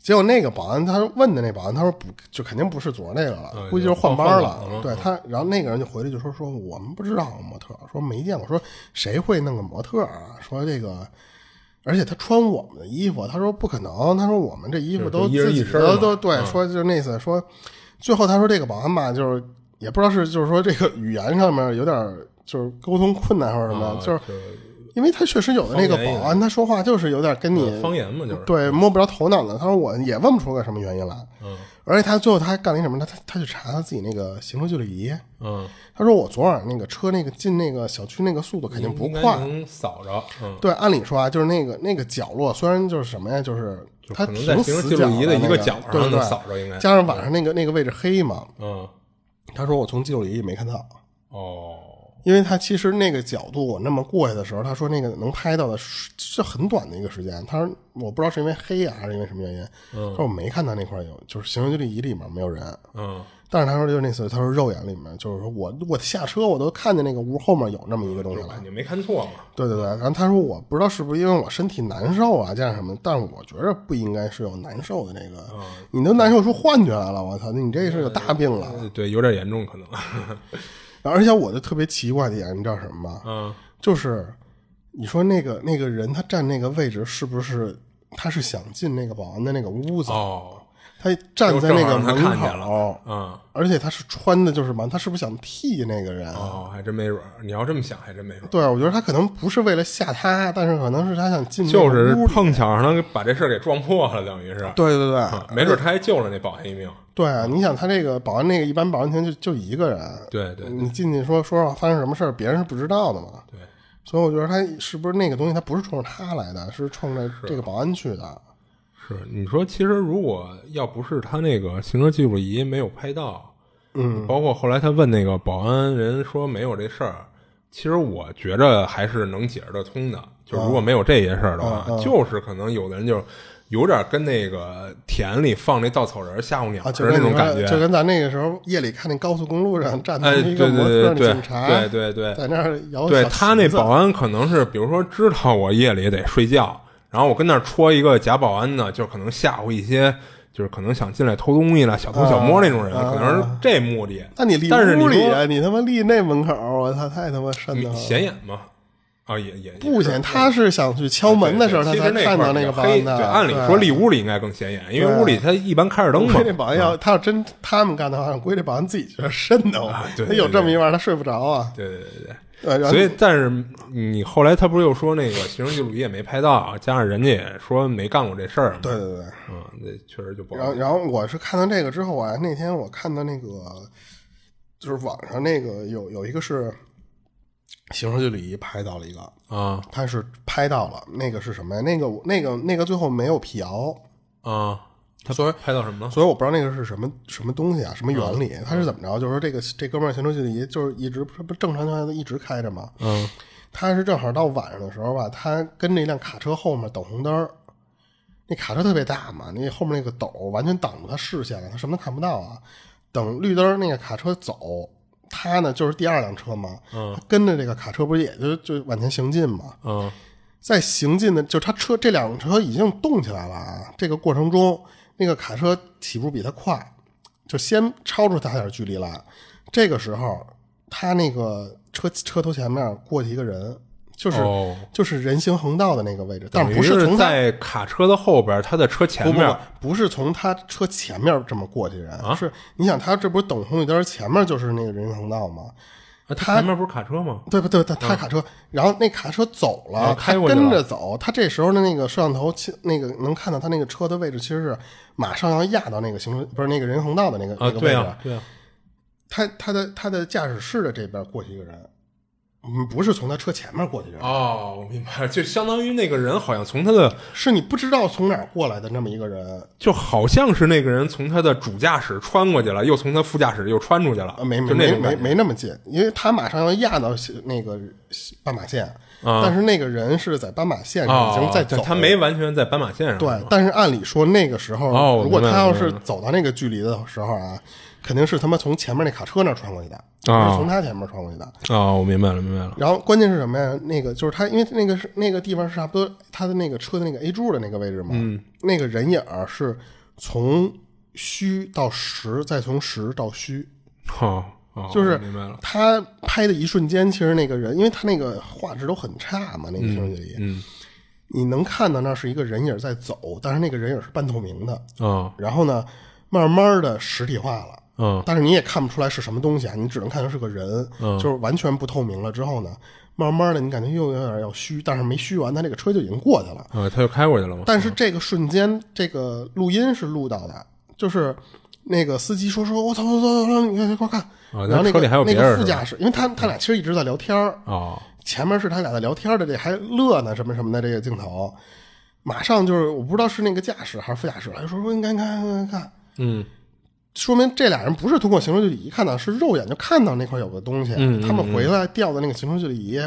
Speaker 1: 结果那个保安，他问的那保安，他说不，就肯定不是昨儿那个了，
Speaker 2: 嗯
Speaker 1: 估计就是换班
Speaker 2: 换换岗
Speaker 1: 了。
Speaker 2: 了
Speaker 1: 对他，然后那个人就回来就说说我们不知道模特，说没见过，说谁会弄个模特啊？说这个，而且他穿我们的衣服，他说不可能，他说我们这衣服都
Speaker 2: 就是就
Speaker 1: 自
Speaker 2: 一人
Speaker 1: 己
Speaker 2: 一身
Speaker 1: 的
Speaker 2: 嘛
Speaker 1: 都对，
Speaker 2: 嗯
Speaker 1: 说就那意思说，最后他说这个保安吧，就是也不知道是就是说这个语言上面有点儿就是沟通困难或者什么，
Speaker 2: 啊
Speaker 1: 就是因为他确实有的那个
Speaker 2: 方言也
Speaker 1: 保安他说话就是有点跟你
Speaker 2: 方言嘛，就是，
Speaker 1: 对，摸不着头脑的。他说我也问不出个什么原因来，
Speaker 2: 嗯
Speaker 1: 而且他最后他还干了一什么呢？他他去查他自己那个行车记录仪。
Speaker 2: 嗯，
Speaker 1: 他说我昨晚那个车那个进那个小区那个速度肯定不
Speaker 2: 嗯应该
Speaker 1: 快。
Speaker 2: 能扫着，嗯，
Speaker 1: 对，按理说啊，就是那个那个角落，虽然就是什么呀，就是
Speaker 2: 就
Speaker 1: 他
Speaker 2: 可能在
Speaker 1: 挺
Speaker 2: 行车
Speaker 1: 死
Speaker 2: 记
Speaker 1: 角啊
Speaker 2: 录仪的一
Speaker 1: 那
Speaker 2: 个
Speaker 1: 个
Speaker 2: 角
Speaker 1: 对
Speaker 2: 上能
Speaker 1: 对
Speaker 2: 扫着，应该，
Speaker 1: 加上晚上那个那个位置黑嘛，
Speaker 2: 嗯
Speaker 1: 他说我从记录仪里没看到，
Speaker 2: 哦，
Speaker 1: 因为他其实那个角度我那么过去的时候，他说那个能拍到的是是很短的一个时间。他说我不知道是因为黑呀、还是因为什么原因，
Speaker 2: 嗯
Speaker 1: 他说我没看到那块有，就是行车记录仪里面没有人。
Speaker 2: 嗯
Speaker 1: 但是他说就是那次，他说肉眼里面就是说我我下车我都看见那个屋后面有那么一个东西
Speaker 2: 就
Speaker 1: 了
Speaker 2: 肯。定哎没看错嘛，
Speaker 1: 对对对，然后他说我不知道是不是因为我身体难受啊，加上什么，但是我觉着不应该是有难受的那个，
Speaker 2: 嗯
Speaker 1: 你都难受出幻觉来了，我操，你这是有大病了。
Speaker 2: 呃对，有点严重可能， *laughs*
Speaker 1: 然后而且我就特别奇怪的一点，你知道什么吗？
Speaker 2: 嗯
Speaker 1: 就是你说那个那个人他站那个位置是不是他是想进那个保安的那个屋子？
Speaker 2: 哦，
Speaker 1: 他站在那个
Speaker 2: 就正好让
Speaker 1: 门
Speaker 2: 他看见
Speaker 1: 口，
Speaker 2: 嗯。
Speaker 1: 而且他是穿的就是嘛，他是不是想替那个人？
Speaker 2: 哦，还真没准儿。你要这么想，还真没准儿。
Speaker 1: 对，啊我觉得他可能不是为了吓他，但是可能是他想进那个
Speaker 2: 就是
Speaker 1: 屋里
Speaker 2: 碰巧让他给把这事儿给撞破了，等于是。
Speaker 1: 对对对、
Speaker 2: 啊没准他还救了那保安一命。
Speaker 1: 对，啊你想他这个保安那个一般保安亭就就一个人，
Speaker 2: 对对对
Speaker 1: 你进去说说实话发生什么事儿，别人是不知道的嘛。
Speaker 2: 对，
Speaker 1: 所以我觉得他是不是那个东西，他不是冲着他来的，是冲着这个保安去的。
Speaker 2: 是你说，其实如果要不是他那个行车记录仪没有拍到，嗯，包括后来他问那个保安人说没有这事儿，其实我觉着还是能解释得通的。就
Speaker 1: 哦
Speaker 2: 如果没有这些事儿的话，
Speaker 1: 嗯
Speaker 2: 就是可能有的人就有点跟那个田里放那稻草人吓唬鸟
Speaker 1: 啊，
Speaker 2: 似
Speaker 1: 就
Speaker 2: 的
Speaker 1: 跟
Speaker 2: 那
Speaker 1: 你
Speaker 2: 种感
Speaker 1: 说，
Speaker 2: 觉。
Speaker 1: 就跟咱那个时候夜里看那高速公路上站的
Speaker 2: 哎，
Speaker 1: 一个
Speaker 2: 对对
Speaker 1: 模
Speaker 2: 对
Speaker 1: 特的
Speaker 2: 对
Speaker 1: 警察，
Speaker 2: 对对对，
Speaker 1: 在那儿摇
Speaker 2: 对
Speaker 1: 小
Speaker 2: 他
Speaker 1: 旗
Speaker 2: 那
Speaker 1: 子
Speaker 2: 保安可能是，比如说知道我夜里得睡觉，然后我跟那儿戳一个假保安呢，就可能吓唬一些，就是可能想进来偷东西了、小偷小摸那种人，可能是这目的。
Speaker 1: 啊那你立
Speaker 2: 但是你
Speaker 1: 屋里
Speaker 2: 说
Speaker 1: 啊，你他妈立那门口，我操，太他妈瘆得
Speaker 2: 你
Speaker 1: 慌了。
Speaker 2: 显眼嘛，啊，也也
Speaker 1: 不显，他是想去敲门的时候，他
Speaker 2: 啊其
Speaker 1: 才
Speaker 2: 实
Speaker 1: 看到
Speaker 2: 那块儿比
Speaker 1: 个
Speaker 2: 较
Speaker 1: 保
Speaker 2: 黑
Speaker 1: 安
Speaker 2: 对，
Speaker 1: 的。
Speaker 2: 按理说立屋里应该更显眼，因为屋里他一般开着灯
Speaker 1: 我
Speaker 2: 嘛
Speaker 1: *laughs*
Speaker 2: 嗯
Speaker 1: 估计。这保安要，他要真他们干的话，我估计这保安自己觉得瘆得慌
Speaker 2: 啊。对
Speaker 1: 他 *laughs* 有
Speaker 2: 对
Speaker 1: 这么一玩，他睡不着啊。
Speaker 2: 对对对对。
Speaker 1: 呃然后
Speaker 2: 所以，但是你后来他不是又说那个行车记录仪也没拍到，啊加上人家也说没干过这事儿嘛。
Speaker 1: 对对对。
Speaker 2: 嗯，那确实就不好。
Speaker 1: 然后，然后我是看到这个之后啊，那天我看到那个，就是网上那个有有一个是行车记录仪拍到了一个，
Speaker 2: 啊
Speaker 1: 他是拍到了那个是什么呀？那个那个那个最后没有辟谣，
Speaker 2: 啊，他
Speaker 1: 所以
Speaker 2: 拍到什么了？
Speaker 1: 所以我不知道那个是什么什么东西啊，什么原
Speaker 2: 嗯
Speaker 1: 理？他是怎么着？就是说这个这哥们儿行车记录仪就是一直不正常情况下一直开着嘛，
Speaker 2: 嗯
Speaker 1: 他是正好到晚上的时候吧，他跟着一辆卡车后面等红灯儿，那卡车特别大嘛，那后面那个斗完全挡住他视线了，他什么都看不到啊。等绿灯儿那个卡车走，他呢就是第二辆车嘛，
Speaker 2: 嗯
Speaker 1: 他跟着这个卡车不是也就就往前行进嘛，
Speaker 2: 嗯
Speaker 1: 在行进的，就是他车这辆车已经动起来了啊，这个过程中那个卡车起步比他快，就先超出他点距离来。这个时候，他那个车车头前面过去一个人，就是、
Speaker 2: 哦
Speaker 1: 就是人行横道的那个位置，但
Speaker 2: 等于
Speaker 1: 不
Speaker 2: 是
Speaker 1: 从他
Speaker 2: 在卡车的后边，他的车前
Speaker 1: 不不
Speaker 2: 面啊
Speaker 1: 不不是从他车前面这么过去人，是你想他这不是等红绿灯前面就是那个人行横道吗？
Speaker 2: 啊他前面不是卡车吗？
Speaker 1: 对不对？他他卡车，然后那卡车走
Speaker 2: 啊
Speaker 1: 了，
Speaker 2: 开
Speaker 1: 他
Speaker 2: 过去了
Speaker 1: 跟着走，他这时候的那个摄像头，其那个能看到他那个车的位置，其实是马上要压到那个行车不是那个人行道的那个
Speaker 2: 啊，
Speaker 1: 那个位
Speaker 2: 对
Speaker 1: 置。
Speaker 2: 啊，对啊，
Speaker 1: 他他的他的驾驶室的这边过去一个人，嗯，不是从他车前面过去的人，
Speaker 2: 哦，我明白了，就相当于那个人好像从他的，
Speaker 1: 是你不知道从哪儿过来的那么一个人。
Speaker 2: 就好像是那个人从他的主驾驶穿过去了，又从他副驾驶又穿出去了
Speaker 1: 啊，，没
Speaker 2: 就
Speaker 1: 没
Speaker 2: 那
Speaker 1: 没
Speaker 2: 种感
Speaker 1: 没
Speaker 2: 觉
Speaker 1: 没那么近，因为他马上要压到那个斑马线，
Speaker 2: 啊
Speaker 1: 但是那个人是在斑马线上
Speaker 2: 哦
Speaker 1: 已经在
Speaker 2: 就
Speaker 1: 走了，
Speaker 2: 他没完全在斑马线上，
Speaker 1: 对，但是按理说那个时候，
Speaker 2: 哦我
Speaker 1: 如果
Speaker 2: 明
Speaker 1: 他
Speaker 2: 白
Speaker 1: 要
Speaker 2: 了
Speaker 1: 是走到那个距离的时候啊，肯定是他妈从前面那卡车那儿穿过去的，
Speaker 2: 啊
Speaker 1: 不是从他前面穿过去的。
Speaker 2: 哦，我明白了，明白了，
Speaker 1: 然后关键是什么呀？那个就是他，因为那个是那个地方是差不多他的那个车的那个 A 柱的那个位置嘛，
Speaker 2: 嗯
Speaker 1: 那个人影儿是从虚到实，再从实到虚，
Speaker 2: 哦，哦
Speaker 1: 就是
Speaker 2: 我明白了，
Speaker 1: 他拍的一瞬间，其实那个人，因为他那个画质都很差嘛，那个摄影机
Speaker 2: 嗯，
Speaker 1: 你能看到那是一个人影在走，但是那个人影是半透明的，
Speaker 2: 哦，
Speaker 1: 然后呢，慢慢的实体化了，
Speaker 2: 嗯，
Speaker 1: 但是你也看不出来是什么东西啊，你只能看出是个人，就是完全不透明了。之后呢，慢慢的你感觉又有点要虚，但是没虚完，他这个车就已经过去了。
Speaker 2: 啊，他就开过去了吗？
Speaker 1: 但是这个瞬间，这个录音是录到的，就是那个司机说说，我操走走走，你看快看，
Speaker 2: 啊
Speaker 1: 然后那
Speaker 2: 车
Speaker 1: 个
Speaker 2: 里还有
Speaker 1: 那
Speaker 2: 别人
Speaker 1: 个
Speaker 2: 是
Speaker 1: 副
Speaker 2: 吧
Speaker 1: 驾驶，因为他他俩其实一直在聊天儿，
Speaker 2: 哦，
Speaker 1: 前面是他俩在聊天的，这还乐呢，什么什么的这个镜头，马上就是我不知道是那个驾驶还是副驾驶，他就说说你看你看你看你看，
Speaker 2: 嗯，
Speaker 1: 说明这俩人不是通过行车距离仪看到，是肉眼就看到那块有个东西，
Speaker 2: 嗯
Speaker 1: 他们回来掉的那个行车距离仪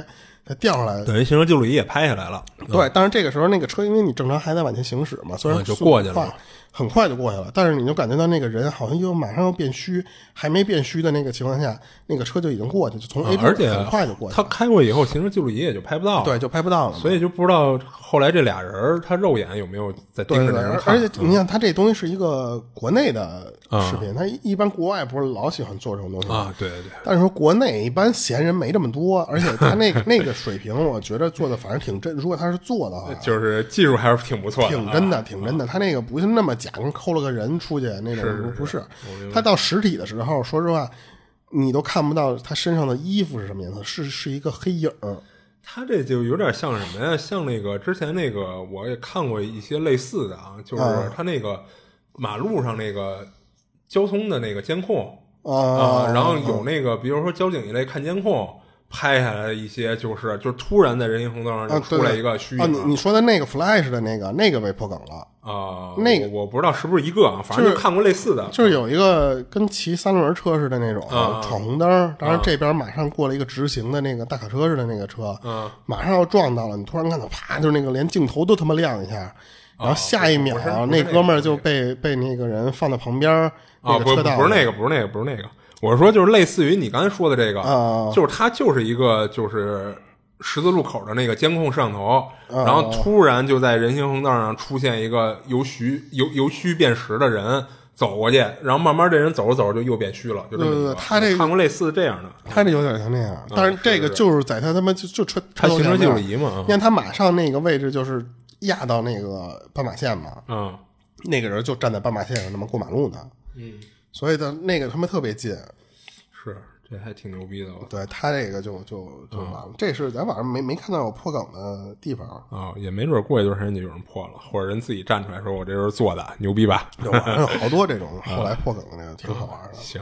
Speaker 1: 才掉下来。
Speaker 2: 等于行车记录仪也拍下来了，
Speaker 1: 对，但是这个时候那个车，因为你正常还在往前行驶嘛，虽然
Speaker 2: 嗯嗯就
Speaker 1: 速度
Speaker 2: 过去了
Speaker 1: 快，很快就过去了，但是你就感觉到那个人好像又马上要变虚，还没变虚的那个情况下，那个车就已经过去，就从
Speaker 2: 啊
Speaker 1: A
Speaker 2: 而且
Speaker 1: 很快就过去
Speaker 2: 他
Speaker 1: 了，
Speaker 2: 开过以后，行车记录仪也就拍不到，
Speaker 1: 对，，就拍不到了嘛。
Speaker 2: 所以就不知道后来这俩人儿他肉眼有没有在盯
Speaker 1: 对
Speaker 2: 着
Speaker 1: 对，
Speaker 2: 那人
Speaker 1: 而
Speaker 2: 看，嗯
Speaker 1: 而且你想，它这东西是一个国内的视频，它一般国外不是老喜欢做这种东西吗
Speaker 2: 啊，对对对。
Speaker 1: 但是说国内一般闲人没这么
Speaker 2: *laughs*
Speaker 1: 多，而且他那个那个水平，我觉得做的反正挺真。如果他是做的话，
Speaker 2: 就是技术还是挺不错的、啊，
Speaker 1: 挺真的，挺真的。他那个不是那么假，跟抠了个人出去那种，不是。他到实体的时候，说实话，你都看不到他身上的衣服是什么颜色，是是一个黑影儿。
Speaker 2: 他这就有点像什么呀？像那个之前那个，我也看过一些类似的啊，就是他那个马路上那个交通的那个监控啊、
Speaker 1: 啊，
Speaker 2: 然后有那个，比如说交警一类看监控拍下来一些，就是就是突然在人行横道上
Speaker 1: 啊
Speaker 2: 就，
Speaker 1: 对
Speaker 2: 出来一个虚
Speaker 1: 啊，你
Speaker 2: 影
Speaker 1: 你说的那个 Flash 的那个，那个被破梗了。
Speaker 2: 啊，
Speaker 1: 那个
Speaker 2: 我我不知道是不是一个啊，反正就看过类似的，
Speaker 1: 就是有一个跟骑三轮车似的那种、
Speaker 2: 啊
Speaker 1: 闯红灯儿，当然这边马上过了一个直行的那个大卡车似的那个车，
Speaker 2: 嗯
Speaker 1: 马上要撞到了，你突然看到啪，就是那个连镜头都他妈亮一下，然后下一秒、
Speaker 2: 哦不是不是
Speaker 1: 那
Speaker 2: 那
Speaker 1: 哥们儿
Speaker 2: 个
Speaker 1: 就被被那个人放到旁边儿
Speaker 2: 啊，
Speaker 1: 那
Speaker 2: 不
Speaker 1: 个车道，
Speaker 2: 不是那个，不是那个，不是那个。我说就是类似于你刚才说的这个，
Speaker 1: 啊
Speaker 2: 就是它就是一个就是十字路口的那个监控摄像头，
Speaker 1: 啊
Speaker 2: 然后突然就在人行横道上出现一个由虚由由虚变实的人走过去，然后慢慢这人走着走着就又变虚了，就这么一
Speaker 1: 对对
Speaker 2: 个。啊
Speaker 1: 对他这个
Speaker 2: 我看过类似这样的，
Speaker 1: 他这有点像那样，但是
Speaker 2: 啊是
Speaker 1: 这个
Speaker 2: 是
Speaker 1: 就是在他他妈就就穿
Speaker 2: 他行车记录
Speaker 1: 仪，
Speaker 2: 仪嗯嘛啊
Speaker 1: 你，看他马上那个位置就是压到那个斑马线嘛，
Speaker 2: 嗯
Speaker 1: 那个人就站在斑马线上那么过马路呢，
Speaker 2: 嗯，
Speaker 1: 所以他那个他妈特别近，
Speaker 2: 是这还挺牛逼的，我
Speaker 1: 对他这个就就就完了，这是咱网上没没看到有破梗的地方，
Speaker 2: 啊、也没准过一段时间就有人破了，或者人自己站出来说我这是做的，牛逼吧？
Speaker 1: 有网上有好多这种后来破梗的，挺好玩的。
Speaker 2: 行，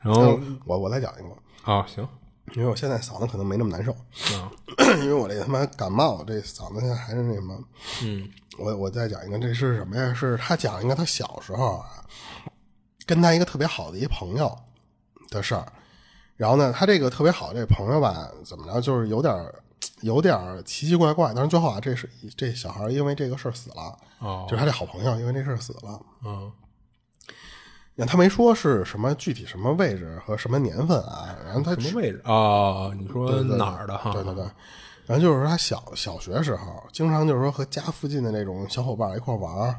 Speaker 2: 然后
Speaker 1: 我我再讲一个吧，
Speaker 2: 啊、行，
Speaker 1: 因为我现在嗓子可能没那么难受，
Speaker 2: 啊
Speaker 1: *clears throat* 因为我这他妈感冒，这嗓子现在还是那什么。
Speaker 2: 嗯
Speaker 1: 我我再讲一个，这是什么呀？是他讲一个他小时候啊，跟他一个特别好的一朋友的事儿。然后呢，他这个特别好的这朋友吧，怎么着，就是有点儿有点儿奇奇怪怪。但是最后啊，这是这小孩因为这个事儿死了，
Speaker 2: 哦
Speaker 1: 就是他这好朋友因为这事儿死了。
Speaker 2: 嗯
Speaker 1: 然后他没说是什么具体什么位置和什么年份啊，然后他
Speaker 2: 什么位置啊？你说哪儿的哈？
Speaker 1: 对对对，然后就是说他小小学时候，经常就是说和家附近的那种小伙伴一块玩儿，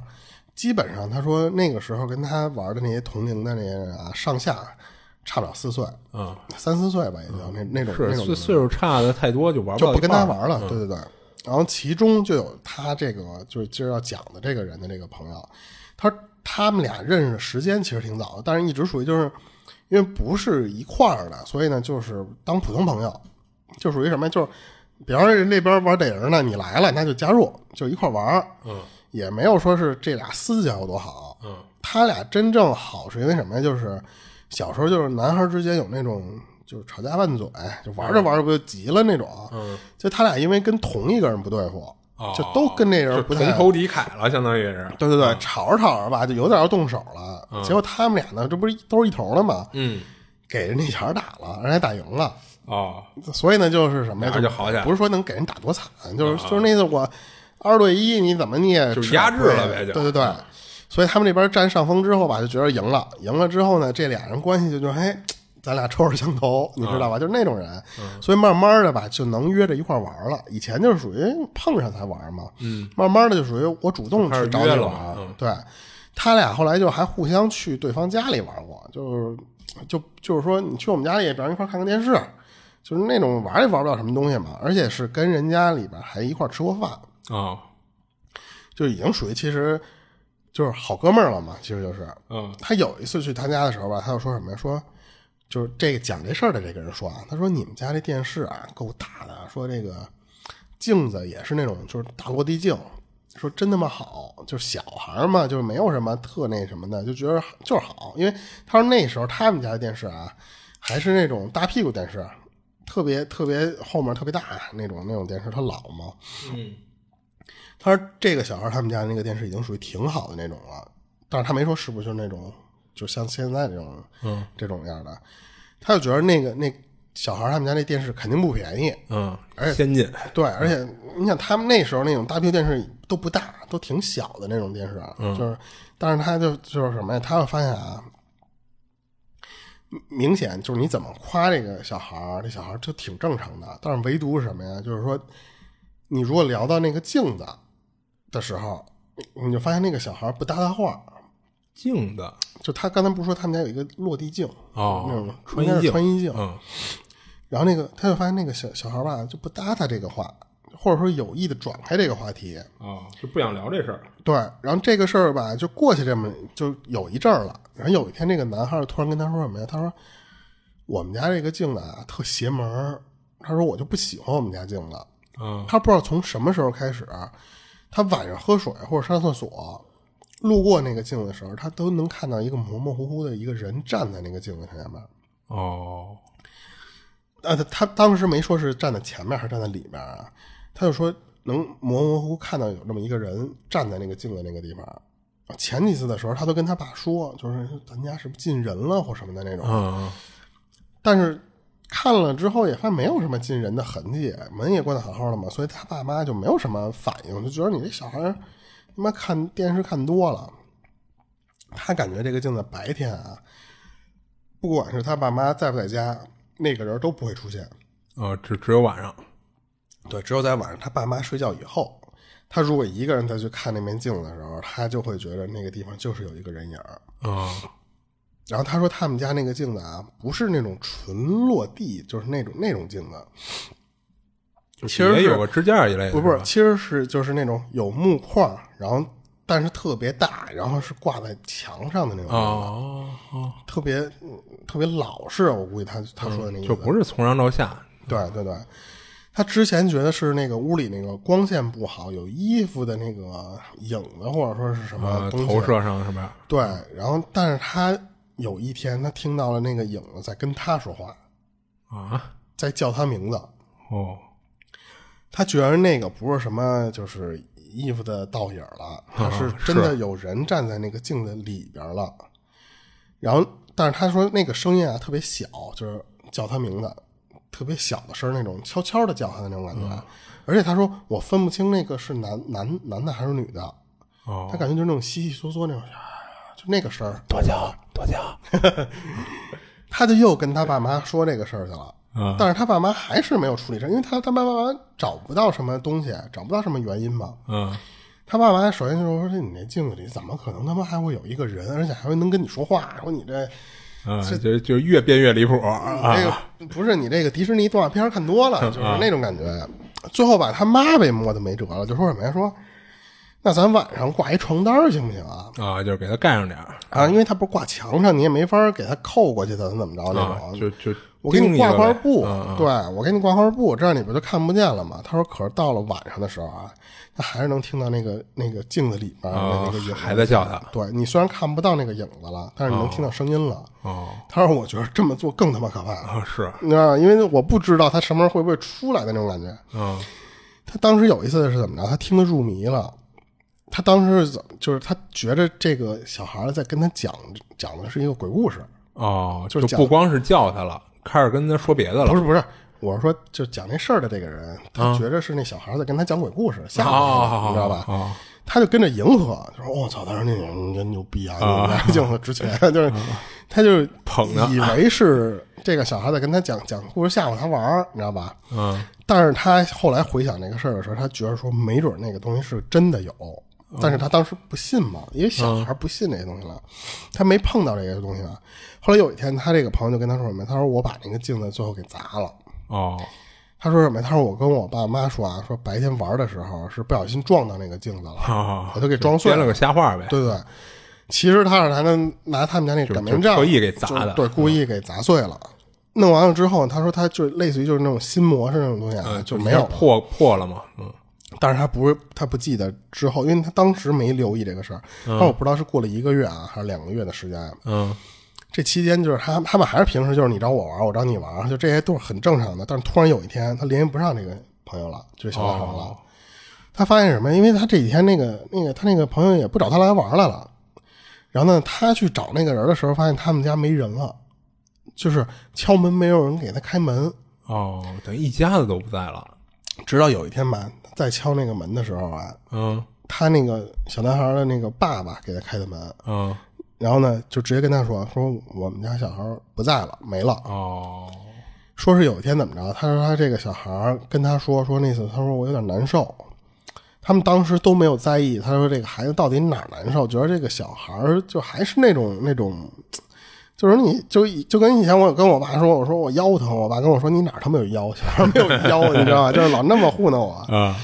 Speaker 1: 基本上他说那个时候跟他玩的那些同龄的那些人啊，上下差不了四岁，
Speaker 2: 嗯，
Speaker 1: 三四岁吧，也就那那种那
Speaker 2: 是
Speaker 1: 种
Speaker 2: 岁岁数差的太多就玩
Speaker 1: 就
Speaker 2: 到
Speaker 1: 不
Speaker 2: 一
Speaker 1: 跟
Speaker 2: 块
Speaker 1: 他
Speaker 2: 儿嗯
Speaker 1: 玩了，对对对。然后其中就有他这个就是今儿要讲的这个人的这个朋友，他说他们俩认识的时间其实挺早的，但是一直属于就是因为不是一块儿的，所以呢就是当普通朋友，就属于什么呀就是比方说人那边玩逮人呢，你来了那就加入，就一块儿玩儿，
Speaker 2: 嗯
Speaker 1: 也没有说是这俩私交有多好，
Speaker 2: 嗯
Speaker 1: 他俩真正好是因为什么呀？就是小时候就是男孩之间有那种就是吵架拌嘴，就玩着玩着不就急了那种。
Speaker 2: 嗯，
Speaker 1: 就他俩因为跟同一个人不对付，
Speaker 2: 哦
Speaker 1: 就都跟那人
Speaker 2: 就
Speaker 1: 不
Speaker 2: 同
Speaker 1: 太。
Speaker 2: 仇嗯敌忾了，相当于是。
Speaker 1: 对对对，吵着吵着吧，就有点要动手了。结果他们俩呢，这不是都是一头的吗？
Speaker 2: 嗯
Speaker 1: 给人那小孩打了，人家打赢了。
Speaker 2: 哦
Speaker 1: 所以呢，就是什么呀，
Speaker 2: 俩人就好起来了
Speaker 1: 不是说能给人打多惨，就是就是那次我二对一，你怎么你也
Speaker 2: 就
Speaker 1: 吃点
Speaker 2: 压制了
Speaker 1: 亏
Speaker 2: 呗就
Speaker 1: 对对对，所以他们这边占上风之后吧，就觉得赢了，赢了之后呢，这俩人关系就就嘿，咱俩臭味相投，你知道
Speaker 2: 嗯
Speaker 1: 吧？就是那种人，所以慢慢的吧就能约着一块玩了。以前就是属于碰上才玩嘛，嗯，慢慢的就属于我主动去找
Speaker 2: 就开始
Speaker 1: 你
Speaker 2: 约了
Speaker 1: 玩
Speaker 2: 嘛，嗯
Speaker 1: 对。他俩后来就还互相去对方家里玩过，就是就就是说你去我们家里，比方一块儿看个电视，就是那种玩也玩不了什么东西嘛，而且是跟人家里边还一块儿吃过饭，
Speaker 2: 哦
Speaker 1: 就已经属于其实就是好哥们儿了嘛，其实就是。
Speaker 2: 嗯
Speaker 1: 他有一次去他家的时候吧，他就说什么呀？说就是这个讲这事儿的这个人说啊，他说你们家这电视啊够大的啊，说这个镜子也是那种就是大落地镜，说真他妈好，就是小孩儿嘛，就是没有什么特那什么的，就觉得就是好，因为他说那时候他们家的电视啊还是那种大屁股电视，特别特别后面特别大啊那种那种电视，它老嘛，
Speaker 2: 嗯
Speaker 1: 他说这个小孩儿他们家那个电视已经属于挺好的那种了，但是他没说是不是就是那种，就像现在这种，
Speaker 2: 嗯，
Speaker 1: 这种样的，他就觉得那个那小孩儿他们家那电视肯定不便宜，哎
Speaker 2: 嗯，先进
Speaker 1: 对，而且你想他们那时候那种大屏电视都不大，都挺小的那种电视，啊就是，但是他就就是什么呀？他会发现啊，明明显就是你怎么夸这个小孩儿，这小孩儿就挺正常的，但是唯独是什么呀？就是说，你如果聊到那个镜子的时候，你你就发现那个小孩儿不搭搭话，
Speaker 2: 镜子
Speaker 1: 就他刚才不是说他们家有一个落地镜那种
Speaker 2: 哦，穿
Speaker 1: 应该
Speaker 2: 衣
Speaker 1: 是
Speaker 2: 镜
Speaker 1: 穿衣镜，
Speaker 2: 嗯
Speaker 1: 然后那个他就发现那个小小孩儿吧就不搭他这个话，或者说有意的转开这个话题。
Speaker 2: 哦，就不想聊这事儿
Speaker 1: 对，然后这个事儿吧就过去这么就有一阵儿了。然后有一天，这个男孩儿突然跟他说什么呀？他说：“我们家这个镜子啊特邪门儿。”他说：“我就不喜欢我们家镜子。”
Speaker 2: 啊
Speaker 1: 他不知道从什么时候开始，他晚上喝水或者上厕所，路过那个镜子的时候，他都能看到一个模模糊糊的一个人站在那个镜子前面。
Speaker 2: 哦
Speaker 1: 呃，他他当时没说是站在前面还是站在里面啊，他就说能模模糊糊看到有这么一个人站在那个镜子那个地方。前几次的时候，他都跟他爸说，就是咱家是不是进人了或什么的那种。
Speaker 2: 嗯
Speaker 1: 但是看了之后也发现没有什么进人的痕迹，门也关得好好的嘛，所以他爸妈就没有什么反应，就觉得你这小孩儿他妈看电视看多了。他感觉这个镜子白天啊，不管是他爸妈在不在家，那个人都不会出现。
Speaker 2: 哦，只只有晚上
Speaker 1: 对，只有在晚上他爸妈睡觉以后，他如果一个人再去看那面镜子的时候，他就会觉得那个地方就是有一个人影儿。
Speaker 2: 啊，
Speaker 1: 然后他说他们家那个镜子啊，不是那种纯落地，就是那种那种镜子，
Speaker 2: 就
Speaker 1: 其实
Speaker 2: 也
Speaker 1: 是
Speaker 2: 有个支架一类的，
Speaker 1: 不是不是
Speaker 2: 吧，
Speaker 1: 其实是就是那种有木框儿，然后但是特别大，然后是挂在墙上的那种，
Speaker 2: 哦哦，
Speaker 1: 特别嗯特别老式。我估计他他说的那个、
Speaker 2: 嗯就不是从上到下，
Speaker 1: 对对对，他之前觉得是那个屋里那个光线不好，有衣服的那个影子或者说是什么
Speaker 2: 呃，
Speaker 1: 东西、
Speaker 2: 投射上是吧？
Speaker 1: 对，然后但是他有一天他听到了那个影子在跟他说话，
Speaker 2: 啊，
Speaker 1: 在叫他名字，
Speaker 2: 哦，
Speaker 1: 他觉得那个不是什么就是衣服的倒影了，他是真的有人站在那个镜子里边了。然后，但是他说那个声音啊特别小，就是叫他名字，特别小的声儿，那种悄悄的叫他的那种感觉。而且他说我分不清那个是男男男的还是女的，
Speaker 2: 哦，
Speaker 1: 他感觉就是那种窸窸窣窣那种，啊就那个声儿。
Speaker 2: 跺脚，跺脚，
Speaker 1: 他就又跟他爸妈说这个事儿去了。
Speaker 2: 啊
Speaker 1: 但是他爸妈还是没有处理这，因为他他爸妈找不到什么东西，找不到什么原因嘛。
Speaker 2: 嗯，
Speaker 1: 他爸爸首先就说：“说你那镜子里怎么可能他妈还会有一个人，而且还会能跟你说话？说你这
Speaker 2: 啊，就就越变越离谱
Speaker 1: 你
Speaker 2: 啊！
Speaker 1: 这个、不是你这个迪士尼动画片看多了， *laughs* 就是那种感觉。最后把他妈被摸的没辙了，就说什么呀？说那咱晚上挂一床单儿行不行啊？
Speaker 2: 啊，就是给他盖上点儿
Speaker 1: 啊，因为他不是挂墙上，你也没法给他扣过去的，怎么着那种。
Speaker 2: 啊，就就
Speaker 1: 我给你
Speaker 2: 钉一个
Speaker 1: 挂块
Speaker 2: 呗
Speaker 1: 布，
Speaker 2: 啊
Speaker 1: 对我给你挂块布，这样你不就看不见了吗？他说，可是到了晚上的时候啊，他还是能听到那个那个镜子里边的
Speaker 2: 啊
Speaker 1: 那个影子、
Speaker 2: 还在叫他
Speaker 1: 对你虽然看不到那个影子了，但是你能听到声音了。
Speaker 2: 哦
Speaker 1: 他说，我觉得这么做更他妈可怕，
Speaker 2: 啊是
Speaker 1: 你知道吗？因为我不知道他什么时候会不会出来的那种感觉。
Speaker 2: 嗯
Speaker 1: 他当时有一次是怎么着？他听得入迷了，他当时是怎就是他觉着这个小孩在跟他讲讲的是一个鬼故事，
Speaker 2: 哦，
Speaker 1: 就
Speaker 2: 就是不光是叫他了，开始跟他说别的了
Speaker 1: 不是不是，我是说，就讲那事儿的这个人，他觉着是那小孩在跟他讲鬼故事，吓唬他
Speaker 2: 啊哦，
Speaker 1: 呢，你知道吧？
Speaker 2: 哦
Speaker 1: 他就跟着迎合，就说：“我操！”他说：“那人真牛逼啊，你来镜子值
Speaker 2: *laughs*
Speaker 1: 钱。”就是他就是
Speaker 2: 嗯捧着
Speaker 1: 以为是这个小孩在跟他讲讲故事吓唬他玩儿，你知道吧？
Speaker 2: 嗯，
Speaker 1: 但是他后来回想这个事儿的时候，他觉得说，没准那个东西是真的有，
Speaker 2: 嗯
Speaker 1: 但是他当时不信嘛，因为小孩不信这些东西了，他没碰到这些东西嘛。后来有一天，他这个朋友就跟他说什么？他说：“我把那个镜子最后给砸了。”
Speaker 2: 哦
Speaker 1: 他说什么呀？他说我跟我爸妈说啊，说白天玩的时候是不小心撞到那个镜子了，
Speaker 2: 哦，
Speaker 1: 我都给装碎
Speaker 2: 编了
Speaker 1: 了。
Speaker 2: 个瞎话呗，
Speaker 1: 对对，其实他是拿他拿他们家那擀面杖
Speaker 2: 就就特意给砸
Speaker 1: 就
Speaker 2: 的嗯
Speaker 1: 对，故意给砸碎了。弄完了之后，他说他就类似于就是那种心魔是那种东西啊，
Speaker 2: 嗯，
Speaker 1: 就
Speaker 2: 一
Speaker 1: 没
Speaker 2: 下
Speaker 1: 有了。
Speaker 2: 破破了嘛，嗯
Speaker 1: 但是他不是他不记得之后，因为他当时没留意这个事儿。但我不知道是过了一个月啊，还是两个月的时间，
Speaker 2: 嗯
Speaker 1: 这期间就是他他们还是平时就是你找我玩，我找你玩，就这些都是很正常的。但是突然有一天，他联系不上这个朋友了，就是小男孩了。
Speaker 2: 哦
Speaker 1: 他发现什么？因为他这几天那个那个他那个朋友也不找他来玩来了，然后呢，他去找那个人的时候，发现他们家没人了，就是敲门没有人给他开门。
Speaker 2: 哦，等于一家子都不在了，
Speaker 1: 直到有一天吧，再敲那个门的时候啊，
Speaker 2: 嗯
Speaker 1: 他那个小男孩的那个爸爸给他开的门，
Speaker 2: 嗯
Speaker 1: 然后呢，就直接跟他说说我们家小孩不在了，没了。
Speaker 2: 哦
Speaker 1: 说是有一天怎么着，他说他这个小孩儿跟他说说那次，他说我有点难受。他们当时都没有在意，他说这个孩子到底哪儿难受，觉得这个小孩儿就还是那种那种，就是你就就跟以前我跟我爸说，我说我腰疼，我爸跟我说你哪儿他妈有腰，小孩儿没有腰，你知道吧？就是老那么糊弄我。
Speaker 2: 啊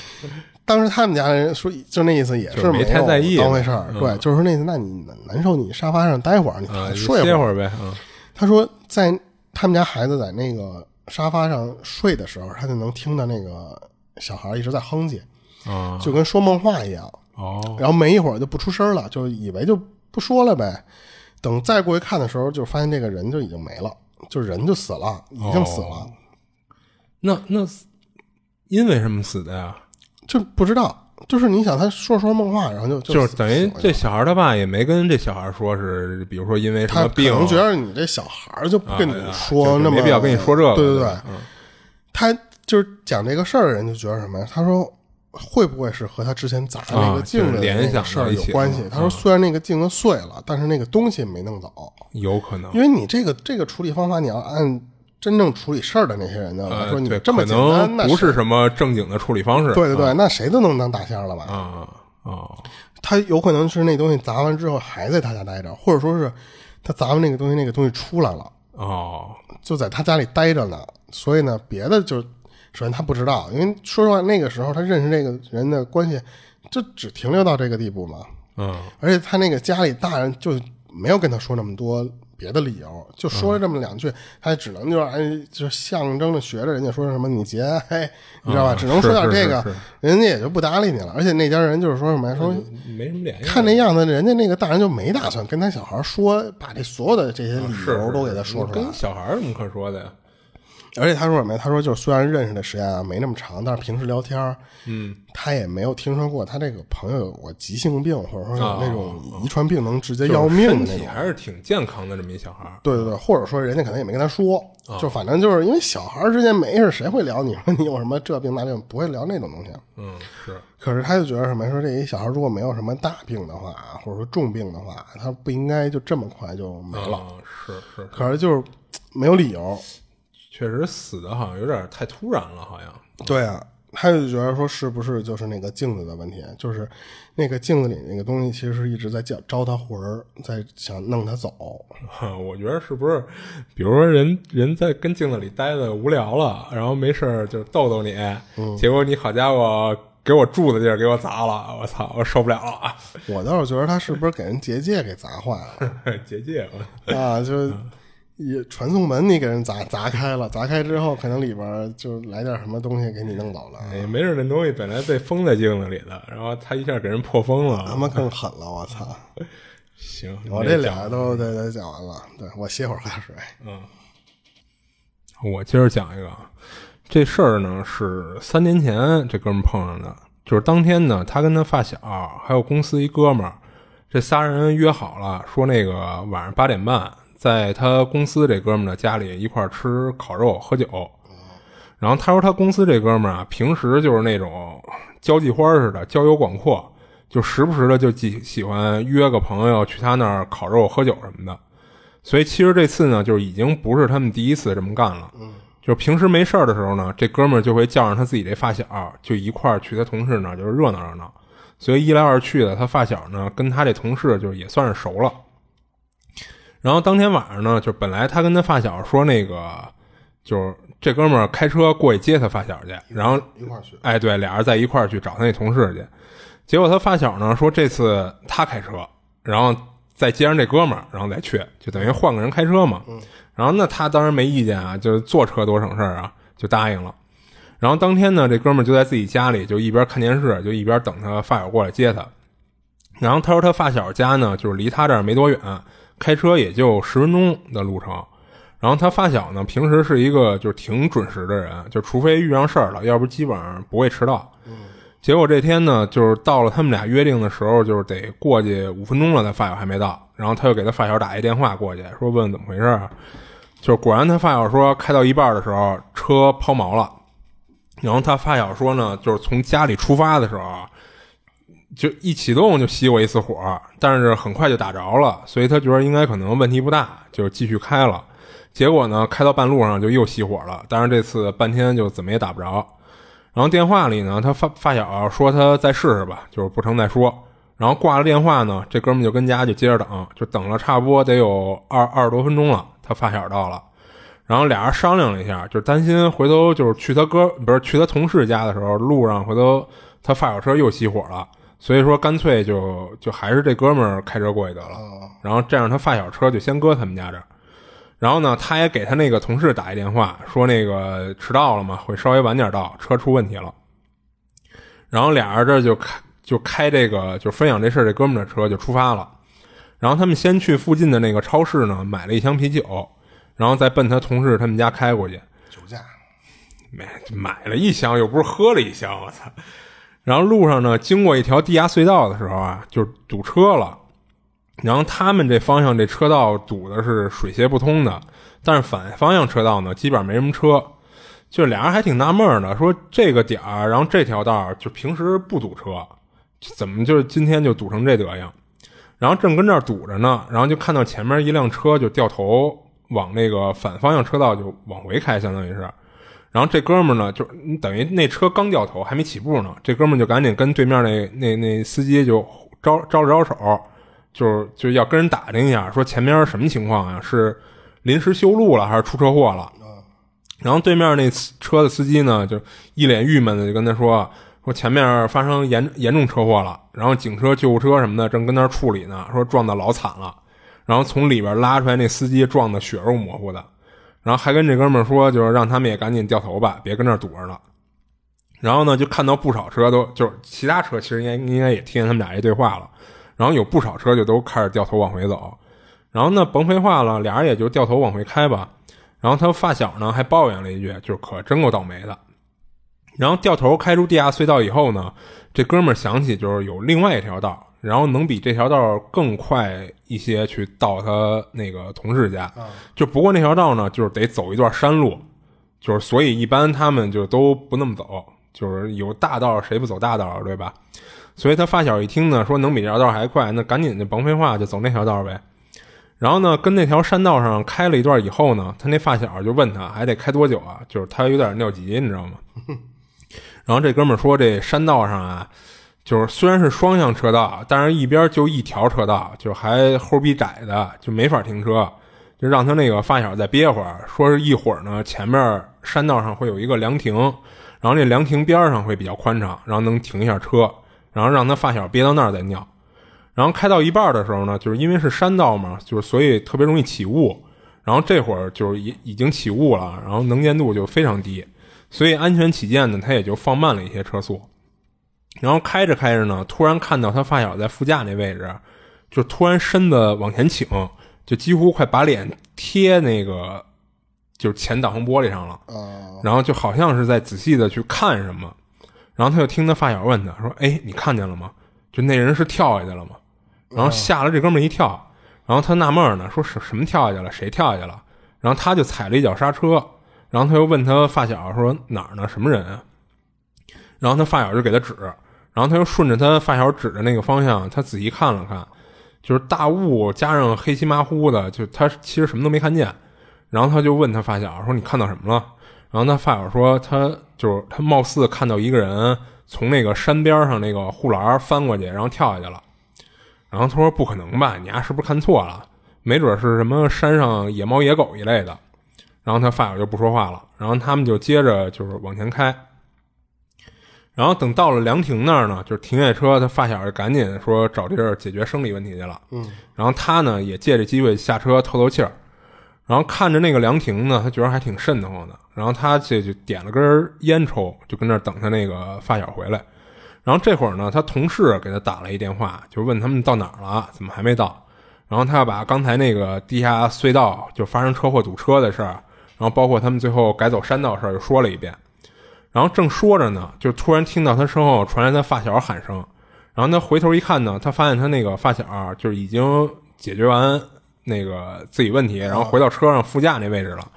Speaker 1: 当时他们家人说，就那意思也
Speaker 2: 就是是
Speaker 1: 没
Speaker 2: 没太
Speaker 1: 有
Speaker 2: 在意嗯
Speaker 1: 当回事儿，对，就是说那意思，那你难受，你沙发上待会儿，你躺
Speaker 2: 啊，
Speaker 1: 着
Speaker 2: 你
Speaker 1: 睡
Speaker 2: 歇
Speaker 1: 会儿
Speaker 2: 会儿呗，嗯
Speaker 1: 他说，在他们家孩子在那个沙发上睡的时候，他就能听到那个小孩一直在哼唧，
Speaker 2: 啊
Speaker 1: 就跟说梦话一样。
Speaker 2: 哦
Speaker 1: 然后没一会儿就不出声了，就以为就不说了呗。等再过去看的时候，就发现这个人就已经没了，就人就死了，已经死了，
Speaker 2: 哦那那死因为什么死的呀？
Speaker 1: 就不知道。就是你想，他说说梦话，然后就就
Speaker 2: 就是
Speaker 1: 死
Speaker 2: 等于
Speaker 1: 死了
Speaker 2: 这小孩他爸也没跟这小孩说是，比如说因为什
Speaker 1: 他
Speaker 2: 么
Speaker 1: 可
Speaker 2: 病啊，
Speaker 1: 能觉得你这小孩儿就不跟你
Speaker 2: 啊
Speaker 1: 说
Speaker 2: 就是
Speaker 1: 那么，
Speaker 2: 没必要跟你说这个，
Speaker 1: 对对对，
Speaker 2: 吧嗯
Speaker 1: 他就是讲这个事儿的人就觉得什么呀？他说会不会是和他之前砸那个镜子的
Speaker 2: 啊就是联
Speaker 1: 那
Speaker 2: 想到
Speaker 1: 个事儿
Speaker 2: 一
Speaker 1: 有
Speaker 2: 起
Speaker 1: 关系
Speaker 2: 嗯？
Speaker 1: 他说虽然那个镜子碎了，但是那个东西没弄走，
Speaker 2: 有可能
Speaker 1: 因为你这个这个处理方法，你要按真正处理事儿的那些人呢，我
Speaker 2: 呃，
Speaker 1: 说你
Speaker 2: 对，
Speaker 1: 这么
Speaker 2: 可
Speaker 1: 简单，
Speaker 2: 能
Speaker 1: 那
Speaker 2: 不是
Speaker 1: 谁
Speaker 2: 什么正经的处理方式。
Speaker 1: 对对对，那谁都能当大仙儿了吧？
Speaker 2: 啊啊，
Speaker 1: 他有可能是那东西砸完之后还在他家待着，或者说是他砸完那个东西，那个东西出来了，
Speaker 2: 哦，
Speaker 1: 就在他家里待着呢。所以呢，别的就首先他不知道，因为说实话，那个时候他认识这个人的关系就只停留到这个地步嘛。
Speaker 2: 嗯
Speaker 1: 而且他那个家里大人就没有跟他说那么多别的理由，就说了这么两句，他只能就是哎，就是象征着学着人家说什么你节哀，你知道吧？
Speaker 2: 嗯
Speaker 1: 只能说点
Speaker 2: 是是
Speaker 1: 这个
Speaker 2: 是是，嗯
Speaker 1: 人家也就不搭理你了。而且那家人就是说什么呀说。
Speaker 2: 没什么联系。
Speaker 1: 看那样子，人家那个大人就没打算跟他小孩说，把这所有的这些理
Speaker 2: 是
Speaker 1: 由都给他说出来
Speaker 2: 跟。小孩儿有什么可说的呀？
Speaker 1: 而且他说什么呀？他说就是虽然认识的时间啊没那么长，但是平时聊天儿
Speaker 2: 嗯，
Speaker 1: 他也没有听说过他这个朋友有过急性病，或者说有
Speaker 2: 哦
Speaker 1: 那种遗传病能直接
Speaker 2: 就是
Speaker 1: 要命的
Speaker 2: 身
Speaker 1: 那
Speaker 2: 体
Speaker 1: 种。
Speaker 2: 还是挺健康的，这么一小孩儿。
Speaker 1: 对对对，或者说人家可能也没跟他说，
Speaker 2: 嗯
Speaker 1: 就反正就是因为小孩儿之间没事，谁会聊你说你有什么这病那病，不会聊那种东西。
Speaker 2: 嗯，是，
Speaker 1: 可是他就觉得什么，说这一小孩如果没有什么大病的话，或者说重病的话，他不应该就这么快就没了。
Speaker 2: 啊，是是，
Speaker 1: 可是就是嘖没有理由，
Speaker 2: 确实死的好像有点太突然了，好像。 *laughs*
Speaker 1: 对啊，他就觉得说是不是就是那个镜子的问题，就是那个镜子里那个东西其实是一直在叫招他魂儿，在想弄他走。
Speaker 2: 啊我觉得是不是，比如说人人在跟镜子里待的无聊了，然后没事儿就逗逗你，
Speaker 1: 嗯
Speaker 2: 结果你好家伙给我住的地儿给我砸了，我操，我受不了了， *laughs*
Speaker 1: 我倒是觉得他是不是给人结界给砸坏了？
Speaker 2: 结界了。
Speaker 1: 啊，就也传送门你给人砸砸开了，砸开之后可能里边儿就来点什么东西给你弄走了，
Speaker 2: 哎，没准那东西本来被封在镜子里的，然后他一下给人破封
Speaker 1: 他
Speaker 2: 了。
Speaker 1: 妈更狠了，我操！
Speaker 2: 行，
Speaker 1: 嗯我
Speaker 2: 你
Speaker 1: 这
Speaker 2: 讲嗯
Speaker 1: 俩都对对讲完了，对我歇会儿喝水。
Speaker 2: 我接着讲一个，啊，这事儿呢是三年前这哥们儿碰上的，就是当天呢，他跟他发小还有公司一哥们儿，这仨人约好了，说那个晚上八点半，在他公司这哥们儿的家里一块儿吃烤肉喝酒。然后他说他公司这哥们儿啊，平时就是那种交际花似的，交友广阔，就时不时的就喜喜欢约个朋友去他那儿烤肉喝酒什么的。所以其实这次呢，就是已经不是他们第一次这么干了。嗯，就是平时没事儿的时候呢，这哥们儿就会叫上他自己这发小，就一块儿去他同事那儿，就是热闹热闹。所以一来二去的，他发小呢跟他这同事就是也算是熟了。然后当天晚上呢，就本来他跟他发小说那个，就是这哥们儿开车过去接他发小去，然后
Speaker 1: 一块儿去，
Speaker 2: 哎，对，俩人在一块儿去找他那同事去。结果他发小呢说这次他开车，然后再接上这哥们儿，然后再去，就等于换个人开车嘛。然后那他当然没意见啊，就是坐车多省事儿啊，就答应了。然后当天呢，这哥们儿就在自己家里就一边看电视，就一边等他发小过来接他。然后他说他发小家呢，就是离他这儿没多远，开车也就十分钟的路程。然后他发小呢，平时是一个就是挺准时的人，就除非遇上事儿了，要不基本上不会迟到。结果这天呢，就是到了他们俩约定的时候，就是得过去五分钟了，他发小还没到。然后他又给他发小打一电话过去，说问怎么回事儿。就是果然他发小说开到一半的时候车抛锚了，然后他发小说呢，就是从家里出发的时候啊，就一启动就熄过一次火，但是很快就打着了，所以他觉得应该可能问题不大，就继续开了。结果呢，开到半路上就又熄火了，但是这次半天就怎么也打不着。然后电话里呢，他发发小说他再试试吧，就是不成再说。然后挂了电话呢，这哥们就跟家就接着等，就等了差不多得有二二十多分钟了，他发小到了。然后俩人商量了一下，就是担心回头就是去他哥不是去他同事家的时候，路上回头他发小车又熄火了，所以说干脆就就还是这哥们儿开车过去得了。然后这样他发小车就先搁他们家这儿。然后呢，他也给他那个同事打一电话，说那个迟到了嘛，会稍微晚点到，车出问题了。然后俩人这就开就开这个就分享这事儿这哥们儿的车就出发了。然后他们先去附近的那个超市呢买了一箱啤酒，然后再奔他同事他们家开过去。
Speaker 1: 酒驾，
Speaker 2: 买买了一箱，又不是喝了一箱，我操！然后路上呢，经过一条地下隧道的时候啊，就是堵车了。然后他们这方向这车道堵的是水泄不通的，但是反方向车道呢，基本上没什么车。就俩人还挺纳闷儿的，说这个点儿，然后这条道儿就平时不堵车，怎么就今天就堵成这德行？然后正跟这儿堵着呢，然后就看到前面一辆车就掉头往那个反方向车道就往回开，相当于是。然后这哥们儿呢，就是你等于那车刚掉头，还没起步呢，这哥们儿就赶紧跟对面那那那司机就招招了招手，就是就要跟人打听一下，说前面什么情况啊？是临时修路了，还是出车祸了？然后对面那司车的司机呢，就一脸郁闷的就跟他说：“说前面发生严严重车祸了，然后警车、救护车什么的正跟那儿处理呢，说撞的老惨了，然后从里边拉出来那司机撞的血肉模糊的，然后还跟这哥们儿说，就是让他们也赶紧掉头吧，别跟那儿堵着了。”然后呢，就看到不少车都就是其他车，其实应该应该也听见他们俩这对话了。然后有不少车就都开始掉头往回走。然后呢，甭废话了，俩人也就掉头往回开吧。然后他发小呢还抱怨了一句，就是可真够倒霉的。然后掉头开出地下隧道以后呢，这哥们儿想起就是有另外一条道，然后能比这条道更快一些去到他那个同事家。就不过那条道呢，就是得走一段山路，就是所以一般他们就都不那么走，就是有大道谁不走大道，对吧？所以他发小一听呢，说能比这条道还快，那赶紧就甭废话，就走那条道呗。然后呢，跟那条山道上开了一段以后呢，他那发小就问他还得开多久啊？就是他有点尿急，你知道吗？然后这哥们儿说，这山道上啊，就是虽然是双向车道，但是一边就一条车道，就还齁逼窄的，就没法停车，就让他那个发小再憋会儿。说是一会儿呢，前面山道上会有一个凉亭，然后这凉亭边儿上会比较宽敞，然后能停一下车，然后让他发小憋到那儿再尿。然后开到一半的时候呢，就是因为是山道嘛，就是所以特别容易起雾。然后这会儿就是已已经起雾了，然后能见度就非常低，所以安全起见呢，他也就放慢了一些车速。然后开着开着呢，突然看到他发小在副驾那位置，就突然身子往前倾，就几乎快把脸贴那个就是前挡风玻璃上了。
Speaker 1: 啊，
Speaker 2: 然后就好像是在仔细的去看什么，然后他就听他发小问他说：“哎，你看见了吗？就那人是跳下去了吗？”然后吓了这哥们儿一跳，然后他纳闷儿呢，说什什么跳下去了？谁跳下去了？然后他就踩了一脚刹车，然后他又问他发小说哪儿呢？什么人啊？然后他发小就给他指，然后他又顺着他发小指的那个方向，他仔细看了看，就是大雾加上黑漆麻糊的，就他其实什么都没看见。然后他就问他发小说：“你看到什么了？”然后他发小说：“他就是他貌似看到一个人从那个山边上那个护栏翻过去，然后跳下去了。”然后他说：“不可能吧？你丫、是不是看错了？没准是什么山上野猫野狗一类的。”然后他发小就不说话了。然后他们就接着就是往前开。然后等到了凉亭那儿呢，就是停下车，他发小就赶紧说找地儿解决生理问题去了。嗯，然后他呢也借这机会下车透透气儿。然后看着那个凉亭呢，他觉得还挺瘆得慌的。然后他这就点了根儿烟抽，就跟那儿等他那个发小回来。然后这会儿呢，他同事给他打了一电话，就问他们到哪儿了，怎么还没到。然后他要把刚才那个地下隧道就发生车祸堵车的事儿，然后包括他们最后改走山道的事儿，又说了一遍。然后正说着呢，就突然听到他身后传来他发小喊声，然后他回头一看呢，他发现他那个发小啊就是已经解决完那个自己问题，然后回到车上副驾那位置了，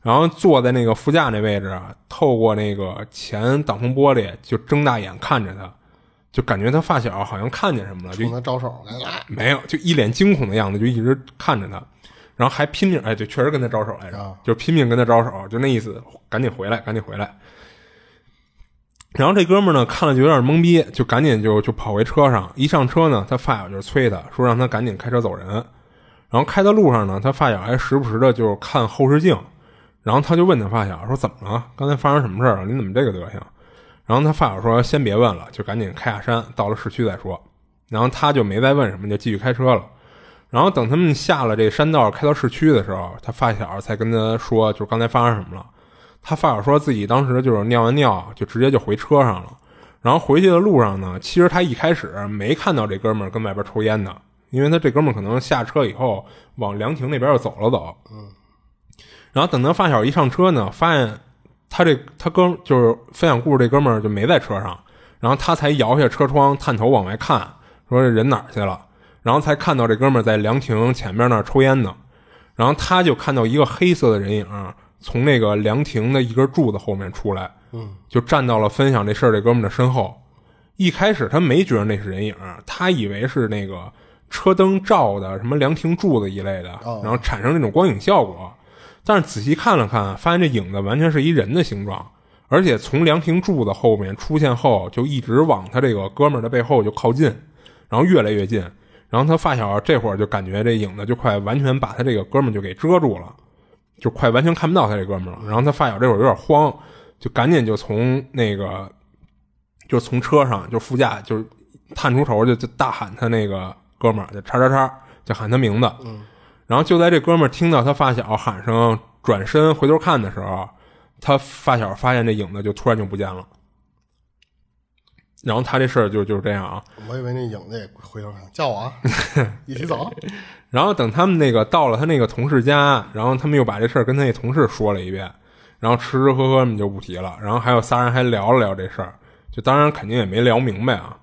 Speaker 2: 然后坐在那个副驾那位置啊，透过那个前挡风玻璃就睁大眼看着他，就感觉他发小好像看见什么了，就
Speaker 1: 冲他招手来来，
Speaker 2: 没有，就一脸惊恐的样子，就一直看着他，然后还拼命，哎，对，确实跟他招手来着，
Speaker 1: 啊
Speaker 2: 就拼命跟他招手，就那意思，赶紧回来，赶紧回来。然后这哥们儿呢，看了就有点懵逼，就赶紧就就跑回车上。一上车呢，他发小就催他说让他赶紧开车走人。然后开到路上呢，他发小还时不时的就看后视镜。然后他就问他发小说怎么了？刚才发生什么事儿了？你怎么这个德行？然后他发小说先别问了，就赶紧开下山，到了市区再说。然后他就没再问什么，就继续开车了。然后等他们下了这山道，开到市区的时候，他发小才跟他说，就是刚才发生什么了。他发小说自己当时就是尿完尿，就直接就回车上了。然后回去的路上呢，其实他一开始没看到这哥们儿跟外边抽烟的，因为他这哥们儿可能下车以后往凉亭那边又走了走。然后等他发小一上车呢，发现他这他哥就是分享故事这哥们儿就没在车上，然后他才摇下车窗，探头往外看，说这人哪儿去了？然后才看到这哥们儿在凉亭前面那儿抽烟呢。然后他就看到一个黑色的人影儿从那个凉亭的一根柱子后面出来，嗯，就站到了分享啊这事儿这哥们儿的身后。一开始他没觉得那是人影儿，他以为是那个车灯照的什么凉亭柱子一类的，
Speaker 1: 哦
Speaker 2: 然后产生那种光影效果。但是仔细看了看，发现这影子完全是一人的形状，而且从凉亭柱子后面出现后，就一直往他这个哥们儿的背后就靠近，然后越来越近。然后他发小这会儿就感觉这影子就快完全把他这个哥们儿就给遮住了，就快完全看不到他这哥们儿了。然后他发小这会儿有点慌，就赶紧就从那个就从车上就副驾就是探出头就就大喊他那个哥们儿就叉叉叉就喊他名字，然后就在这哥们儿听到他发小喊声转身回头看的时候，他发小发现这影子就突然就不见了。然后他这事儿就就是这样啊，
Speaker 1: 我以为那影子也回头看，叫我啊， *laughs* 一起走。
Speaker 2: 然后等他们那个到了他那个同事家，然后他们又把这事儿跟他那同事说了一遍，然后吃吃喝喝们就不提了。然后还有仨人还聊了聊这事儿，就当然肯定也没聊明白啊。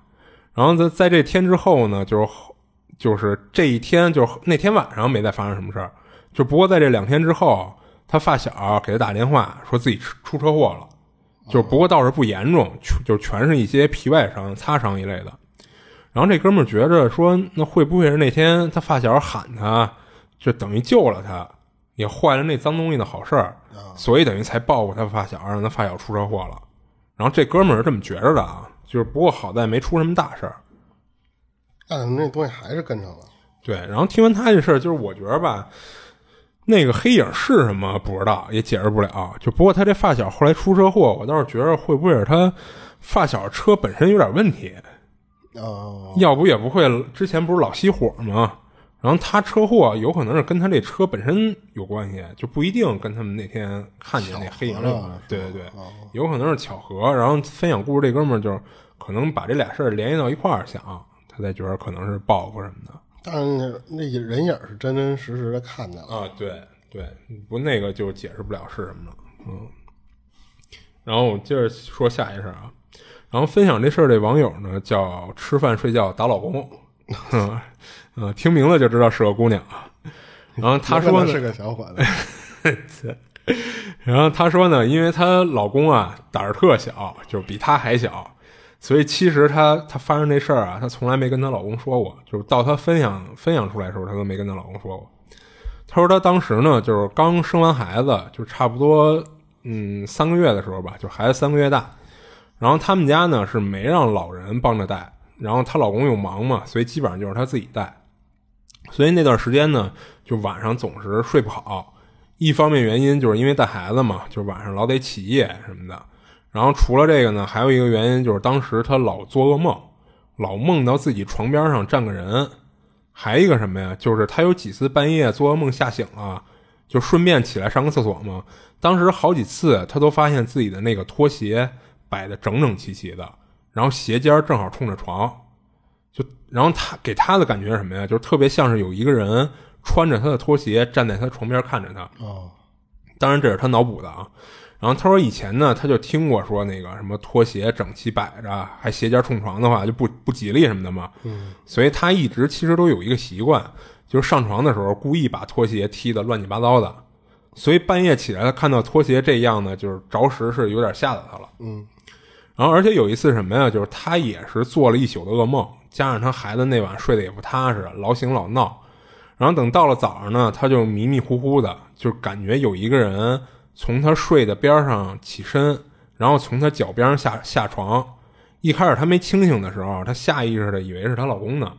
Speaker 2: 然后在在这天之后呢，就是后就是这一天，就是那天晚上没再发生什么事儿，就不过在这两天之后，他发小啊给他打电话说自己出出车祸了，就不过倒是不严重，全就全是一些皮外伤、擦伤一类的。然后这哥们儿觉着说，那会不会是那天他发小喊他，就等于救了他，也坏了那脏东西的好事儿，所以等于才报复他发小，让他发小出车祸了。然后这哥们儿是这么觉着的啊，就是不过好在没出什么大事儿。
Speaker 1: 但那东西还是跟上了。
Speaker 2: 对，然后听完他这事儿，就是我觉得吧，那个黑影是什么不知道，也解释不了。就不过他这发小后来出车祸，我倒是觉着会不会是他发小车本身有点问题，
Speaker 1: 哦，
Speaker 2: 要不也不会之前不是老熄火吗？然后他车祸有可能是跟他这车本身有关系，就不一定跟他们那天看见那黑影有关系。对对对，有可能是巧合。然后分享故事这哥们儿就是可能把这俩事儿联系到一块儿想，他才觉得可能是报复什么的。
Speaker 1: 但是那人影是真真实实的看见了。
Speaker 2: 啊，对对，不那个就解释不了是什么了，嗯。然后我接着说下一事儿啊，然后分享这事儿这网友呢叫吃饭睡觉打老公， *laughs* 嗯、呃听名字就知道是个姑娘啊。然后她
Speaker 1: 有可
Speaker 2: 说
Speaker 1: 能
Speaker 2: 呢
Speaker 1: 是，个小伙子， *laughs*
Speaker 2: 然后她说呢，因为她老公啊胆儿特小，就是比她还小，所以其实她她发生这事儿啊，她从来没跟她老公说过，就是到她分享分享出来的时候，她都没跟她老公说过。她说她当时呢，就是刚生完孩子，就差不多嗯三个月的时候吧，就孩子三个月大。然后他们家呢是没让老人帮着带，然后她老公又忙嘛，所以基本上就是她自己带。所以那段时间呢，就晚上总是睡不好。一方面原因就是因为带孩子嘛，就晚上老得起夜什么的。然后除了这个呢，还有一个原因就是当时她老做噩梦，老梦到自己床边上站个人。还一个什么呀？就是她有几次半夜做噩梦吓醒了，就顺便起来上个厕所嘛。当时好几次她都发现自己的那个拖鞋摆的整整齐齐的，然后鞋尖儿正好冲着床，就然后他给他的感觉是什么呀？就是特别像是有一个人穿着他的拖鞋站在他床边看着他。
Speaker 1: 哦，
Speaker 2: 当然这是他脑补的啊。然后他说以前呢，他就听过说那个什么拖鞋整齐摆着，还鞋尖冲床的话就不不吉利什么的嘛。嗯，所以他一直其实都有一个习惯，就是上床的时候故意把拖鞋踢得乱七八糟的。所以半夜起来，他看到拖鞋这样呢，就是着实是有点吓到他了。
Speaker 1: 嗯，
Speaker 2: 然后而且有一次什么呀，就是他也是做了一宿的噩梦，加上他孩子那晚睡得也不踏实，老醒老闹。然后等到了早上呢，他就迷迷糊糊的，就感觉有一个人从他睡的边上起身，然后从他脚边上下下床。一开始他没清醒的时候，他下意识的以为是她老公呢，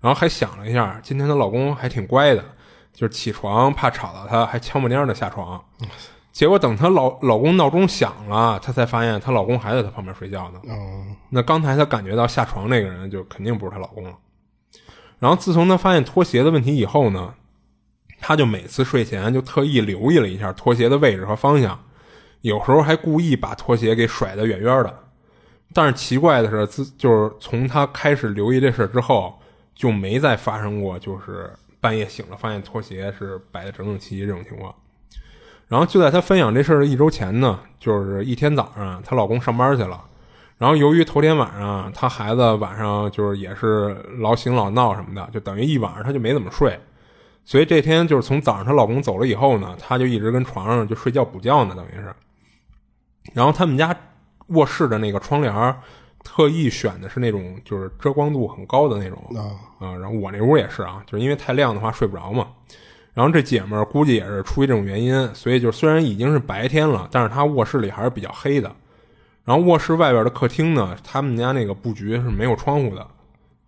Speaker 2: 然后还想了一下，今天她老公还挺乖的，就是起床怕吵到她，还悄不蔫的下床。结果等她老老公闹钟响了，她才发现她老公还在她旁边睡觉呢。
Speaker 1: 嗯，
Speaker 2: 那刚才她感觉到下床那个人就肯定不是她老公了。然后自从她发现拖鞋的问题以后呢，她就每次睡前就特意留意了一下拖鞋的位置和方向，有时候还故意把拖鞋给甩得远远的。但是奇怪的是，自就是从她开始留意这事儿之后，就没再发生过就是半夜醒了发现拖鞋是摆的整整齐齐这种情况。然后就在她分享这事儿的一周前呢，就是一天早上，她老公上班去了。然后由于头天晚上她孩子晚上就是也是老醒老闹什么的，就等于一晚上她就没怎么睡。所以这天就是从早上她老公走了以后呢，她就一直跟床上就睡觉补觉呢，等于是。然后他们家卧室的那个窗帘儿特意选的是那种就是遮光度很高的那种
Speaker 1: 啊
Speaker 2: 啊、然后我那屋也是啊，就是因为太亮的话睡不着嘛。然后这姐们儿估计也是出于这种原因，所以就虽然已经是白天了，但是她卧室里还是比较黑的。然后卧室外边的客厅呢，他们家那个布局是没有窗户的，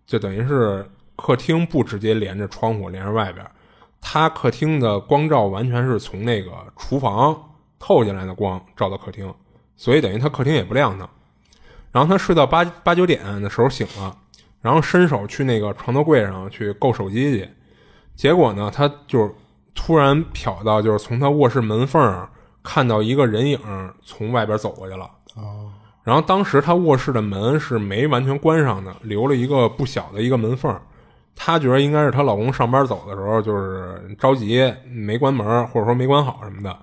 Speaker 2: 就等于是客厅不直接连着窗户，连着外边儿，他客厅的光照完全是从那个厨房透进来的光照到客厅，所以等于他客厅也不亮堂。然后他睡到八八九点的时候醒了，然后伸手去那个床头柜上去够手机去，结果呢，他就是突然瞟到，就是从他卧室门缝儿看到一个人影儿从外边走过去了。
Speaker 1: 哦，
Speaker 2: 然后当时他卧室的门是没完全关上的，留了一个不小的一个门缝儿。她觉得应该是她老公上班走的时候就是着急没关门儿，或者说没关好什么的。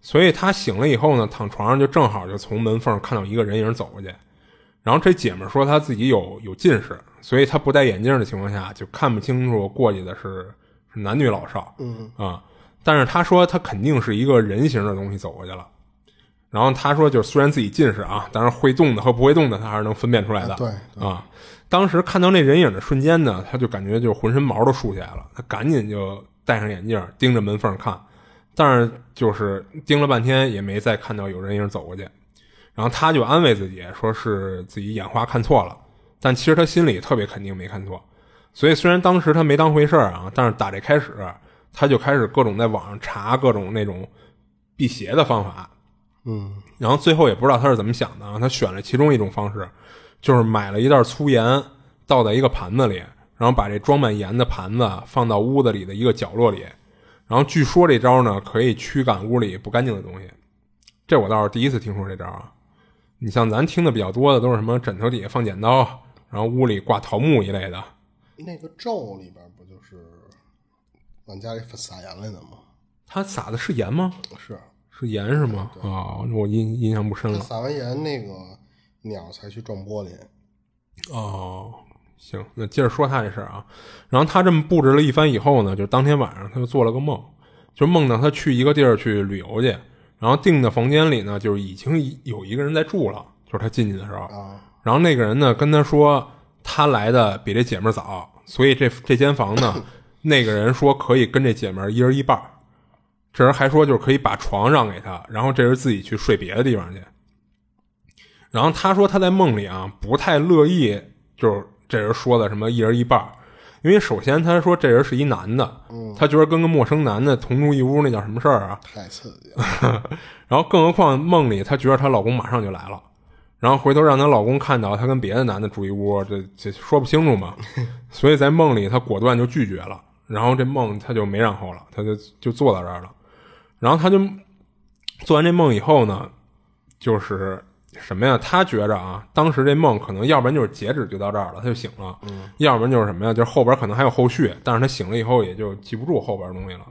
Speaker 2: 所以她醒了以后呢，躺床上就正好就从门缝儿看到一个人影走过去。然后这姐们儿说她自己有有近视，所以她不戴眼镜的情况下就看不清楚过去的是是男女老少。嗯啊，但是她说她肯定是一个人形的东西走过去了。然后他说，就是虽然自己近视啊，但是会动的和不会动的，他还是能分辨出来的。
Speaker 1: 啊对
Speaker 2: 啊，当时看到那人影的瞬间呢，他就感觉就浑身毛都竖起来了，他赶紧就戴上眼镜，盯着门缝看，但是就是盯了半天也没再看到有人影走过去。然后他就安慰自己，说是自己眼花看错了，但其实他心里特别肯定没看错。所以虽然当时他没当回事儿啊，但是打这开始，他就开始各种在网上查各种那种辟邪的方法，
Speaker 1: 嗯，
Speaker 2: 然后最后也不知道他是怎么想的啊，他选了其中一种方式，就是买了一袋粗盐倒在一个盘子里，然后把这装满盐的盘子放到屋子里的一个角落里，然后据说这招呢可以驱赶屋里不干净的东西，这我倒是第一次听说这招啊。你像咱听的比较多的都是什么枕头底下放剪刀，然后屋里挂桃木一类的，
Speaker 1: 那个咒里边不就是往家里撒盐来的吗？
Speaker 2: 他撒的是盐吗？
Speaker 1: 是，
Speaker 2: 是盐是吗？啊、我印印象不深
Speaker 1: 他
Speaker 2: 了。
Speaker 1: 撒完盐，那个鸟才去撞玻璃。
Speaker 2: 哦，行，那接着说他这事儿啊。然后他这么布置了一番以后呢，就当天晚上他就做了个梦，就梦到他去一个地儿去旅游去，然后订的房间里呢，就是已经有一个人在住了，就是他进去的时候。然后那个人呢跟他说，他来的比这姐们儿早，所以这这间房呢，那个人说可以跟这姐们儿一人一半儿。这人还说就是可以把床让给他，然后这人自己去睡别的地方去。然后他说他在梦里啊不太乐意，就是这人说的什么一人一半儿，因为首先他说这人是一男的，他觉得跟个陌生男的同住一屋那叫什么事儿啊？
Speaker 1: 太刺激了！
Speaker 2: 然后更何况梦里她觉得她老公马上就来了，然后回头让她老公看到她跟别的男的住一屋，这这说不清楚嘛。所以在梦里她果断就拒绝了，然后这梦她就没然后了，她就就坐到这儿了。然后她就做完这梦以后呢，就是什么呀？她觉着啊，当时这梦可能要不然就是截止就到这儿了，她就醒了；要不然就是什么呀？就是后边可能还有后续，但是她醒了以后也就记不住后边的东西了。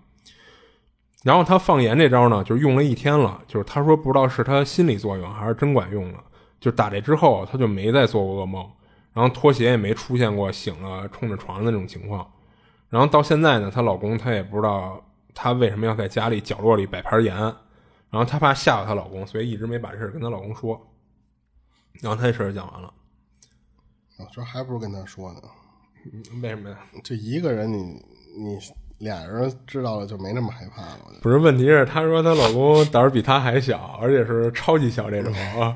Speaker 2: 然后他放盐这招呢，就是用了一天了，就是他说不知道是他心理作用还是真管用了。就打这之后，他就没再做过噩梦，然后拖鞋也没出现过醒了冲着床的那种情况。然后到现在呢，她老公她也不知道她为什么要在家里角落里摆盘盐，然后她怕吓到她老公，所以一直没把这事儿跟她老公说。然后她这事儿讲完了，
Speaker 1: 我说哦还不如跟他说呢，
Speaker 2: 嗯为什么呀？
Speaker 1: 就一个人你，你俩人知道了就没那么害怕了。我觉得
Speaker 2: 不是，问题是她说她老公胆儿比她还小，而且是超级小这种 *laughs* 啊。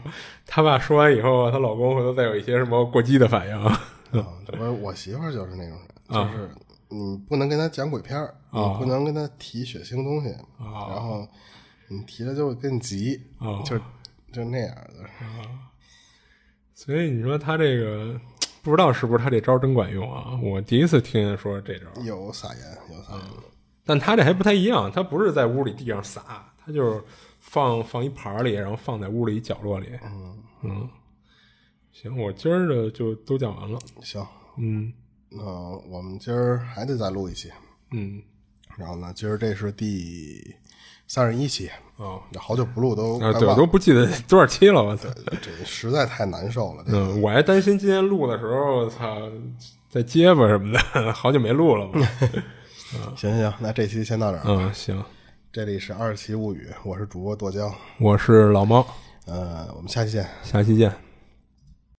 Speaker 2: 她爸说完以后，她老公回头再有一些什么过激的反应啊。
Speaker 1: 啊，这不是我媳妇儿就是那种人，就是你不能跟她讲鬼片儿，
Speaker 2: 啊
Speaker 1: 你不能跟她提血腥东西，然后你提了就会更急，
Speaker 2: 哦
Speaker 1: 就就那样的。
Speaker 2: 所以你说她这个不知道是不是她这招真管用啊？我第一次听人说这招，
Speaker 1: 有撒盐，有撒盐，
Speaker 2: 但她这还不太一样，她不是在屋里地上撒，她就是放放一盘儿里，然后放在屋里一角落里。嗯行，我今儿的就都讲完了。
Speaker 1: 行，
Speaker 2: 嗯
Speaker 1: 那我们今儿还得再录一期，
Speaker 2: 嗯
Speaker 1: 然后呢，今儿这是第三十一期，
Speaker 2: 哦
Speaker 1: 好久不录都
Speaker 2: 啊，
Speaker 1: 快
Speaker 2: 对，我
Speaker 1: 忘
Speaker 2: 都
Speaker 1: 了，
Speaker 2: 不记得多少期了，我操！
Speaker 1: 这实在太难受了。这个
Speaker 2: 嗯，我还担心今天录的时候，操，在结巴什么的， *laughs* 好久没录了嘛。
Speaker 1: 行行行，那这期先到这儿，
Speaker 2: 嗯，行，
Speaker 1: 这里是二十七物语，我是主播剁椒，
Speaker 2: 我是老猫，
Speaker 1: 呃，我们下期见。
Speaker 2: 下期见。